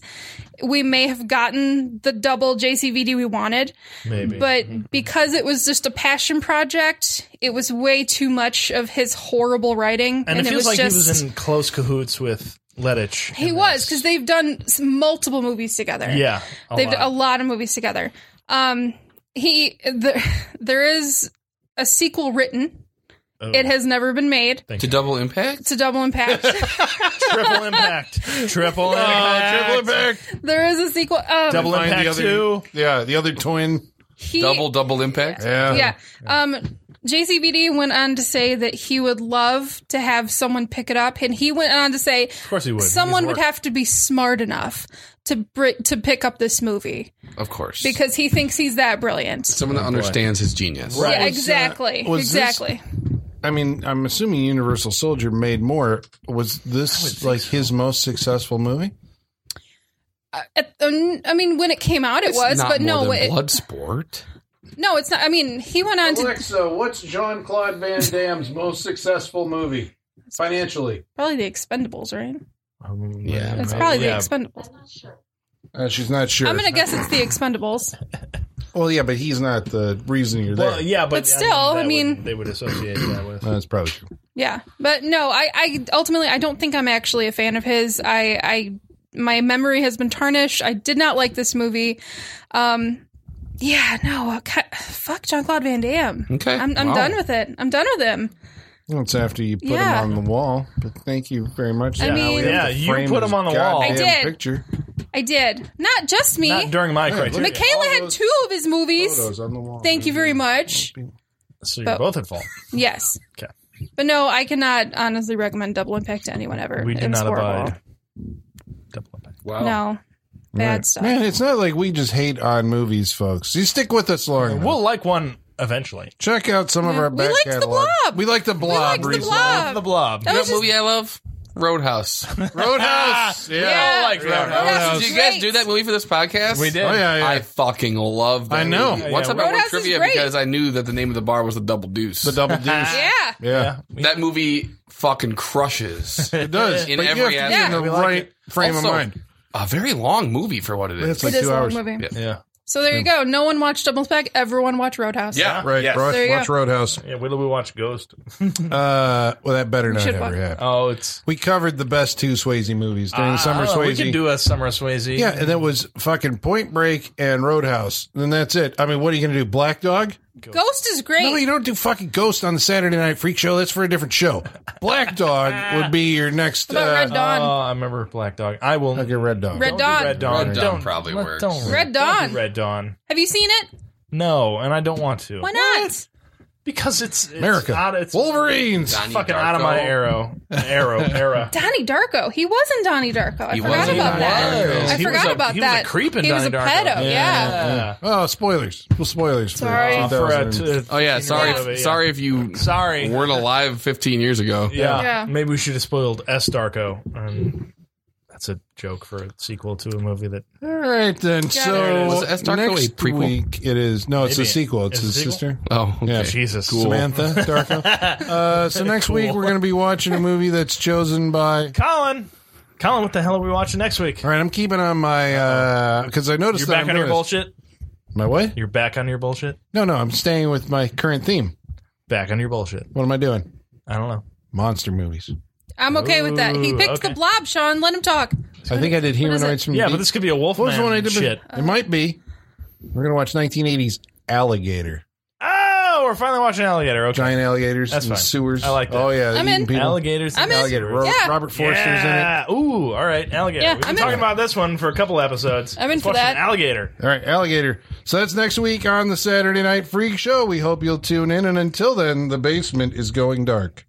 we may have gotten the double JCVD we wanted. Maybe. But because it was just a passion project, it was way too much of his horrible writing, and, it feels was like just he was in close cahoots with Lettich. he was because they've done s- multiple movies together. Yeah. a they've lot. done a lot of movies together. (laughs) Um, he there there is a sequel written It has never been made. to double impact. It's a double impact. Triple impact. Uh, Triple impact. Uh, triple impact. (laughs) there is a sequel. Um, Double Find impact the other, two. Yeah, the other twin. he- double double impact. Yeah. Yeah. Um, JCBD went on to say that he would love to have someone pick it up, and he went on to say Of course he would. someone He's would worked. have to be smart enough to br- to pick up this movie Of course. because he thinks he's that brilliant. someone Oh, that understands his genius. Right. Was, Yeah, uh, exactly. was this- exactly. I mean, I'm assuming Universal Soldier made more. Was this like his most successful movie? At- um, I mean, when it came out, it It's was, not but more no, than it, blood sport. no, it's not. I mean, he went on to Alexa, what's Jean Claude Van (laughs) Damme's most successful movie financially? probably the Expendables, right? Um, Uh, Yeah. It's probably yeah. the Expendables. Uh, she's not sure. I'm gonna guess it's the Expendables. well, yeah, but he's not the reason you're there. Uh, Well, yeah, but, But still, I that mean- would- they would associate that with. That's probably true. Yeah, but no, I, I ultimately I don't think I'm actually a fan of his. I, I my memory has been tarnished. I did not like this movie. Um, yeah, no, I ca- fuck Jean Claude Van Damme. Okay. I'm, I'm Wow. done with it. I'm done with him. Well, it's after you put Yeah. him on the wall. But thank you very much. I Now mean- we have Yeah, to you frame put his him on the wall. I goddamn did. Picture I did not just me. Not during my criteria. look at Michaela all had those two of his movies. photos on the wall. Thank you very much. so you're but- both at fault. Yes. Okay. But no, I cannot honestly recommend Double Impact to anyone ever. We do It was not horrible. abide. Double impact. Wow. No, bad Oh. Right. stuff. Man, it's not like we just hate on movies, folks. You stick with us long. enough. We'll like one eventually. Check out some of Yeah. our We back liked The catalog. Blob. We like the blob. liked The Reese. Blob. Love the blob. That You know was what just, movie I love? (laughs) Roadhouse. Did (laughs) Roadhouse. Yeah. Oh, Yeah. like Roadhouse. Roadhouse is you guys great. do that movie for this podcast? We did. Oh yeah, yeah. I fucking love that. I know. Movie. Yeah, Once yeah, I went Roadhouse on is trivia great. because I knew that the name of the bar was the Double Deuce. the double deuce. yeah. (laughs) yeah. Yeah. We- that movie fucking (laughs) crushes. It does. In but you have every to be aspect. in the We like right frame Also, of mind. A very long movie for what it is. It's It like is two a long hours. movie. Yeah. yeah. So there you go. No one watched Double Pack. Everyone watched Roadhouse. Yeah. Right. Yes. Watch, There you watch go. Roadhouse. Yeah. Will we watch Ghost? Uh, well, that better not should ever watch- happen. Oh, it's. We covered the best two Swayze movies during Ah, I Summer don't know, Uh, We Swayze. could do a Summer Swayze. yeah, and that was fucking Point Break and Roadhouse. And that's it. I mean, what are you going to do? Black Dog? Ghost is great. No, you don't do fucking Ghost on the Saturday Night Freak Show. That's for a different show. Black Dog would be your next. What about Red Uh, Dawn. Oh, I remember Black Dog. I will. okay, Red Dog. Red don't Dawn. Do Red Dawn. Red Dawn Don't- probably let- works. Don't, Red don't Dawn. do Red Dawn. Have you seen it? No, and I don't want to. Why not? Because it's, it's America. Out, it's Wolverines. Donnie fucking out of my Darko. arrow. (laughs) Arrow. Era. Donnie Darko. He was in Donnie Darko. I He was forgot in about Donnie that. Darko. I He was forgot a- about he was a that. creep in He was a Donnie Darko. pedo. Yeah. Yeah. Oh, spoilers. Well, spoilers. for Sorry. Uh, for a 2000. t- Oh yeah. Sorry. Yeah. Sorry if you Sorry. weren't alive 15 years ago. Yeah. Yeah. Maybe we should have spoiled S Darko. Um, that's a joke for a sequel to a movie that All right then. there so it is. Was S. Darko a next prequel? week it is. No, it's Maybe. a sequel. It's It's a his sequel? sister. Oh. Okay. Yeah. Jesus. Samantha Darko. (laughs) Uh, so next week we're going to be watching a movie that's chosen by. Colin. Colin, what the hell are we watching next week? All right, I'm keeping on my because I noticed You're that back I'm on doing your this. bullshit. My what? You're back on your bullshit. No, no, I'm staying with my current theme. Back on your bullshit. What am I doing? I don't know. Monster movies. I'm okay with that. He Ooh, picked okay. the blob, Sean. Let him talk. I think I did is humanoids it? from Yeah, Deep- but this could be a wolf. what was the one I did? Shit. It might be. We're gonna watch 1980s alligator, Oh, we're finally watching Alligator. Okay. giant alligators That's in the fine. sewers. I like that. Oh yeah, I'm eating in. people. Alligators. I'm in. Alligator. Ro- Yeah. Robert Forster's in it. yeah. Ooh, all right. Alligator. Yeah, We've been I'm in. talking about this one for a couple episodes. I'm in Let's for watch an that. Alligator. All right, alligator. So that's next week on the Saturday Night Freak Show. We hope you'll tune in, and until then, the basement is going dark.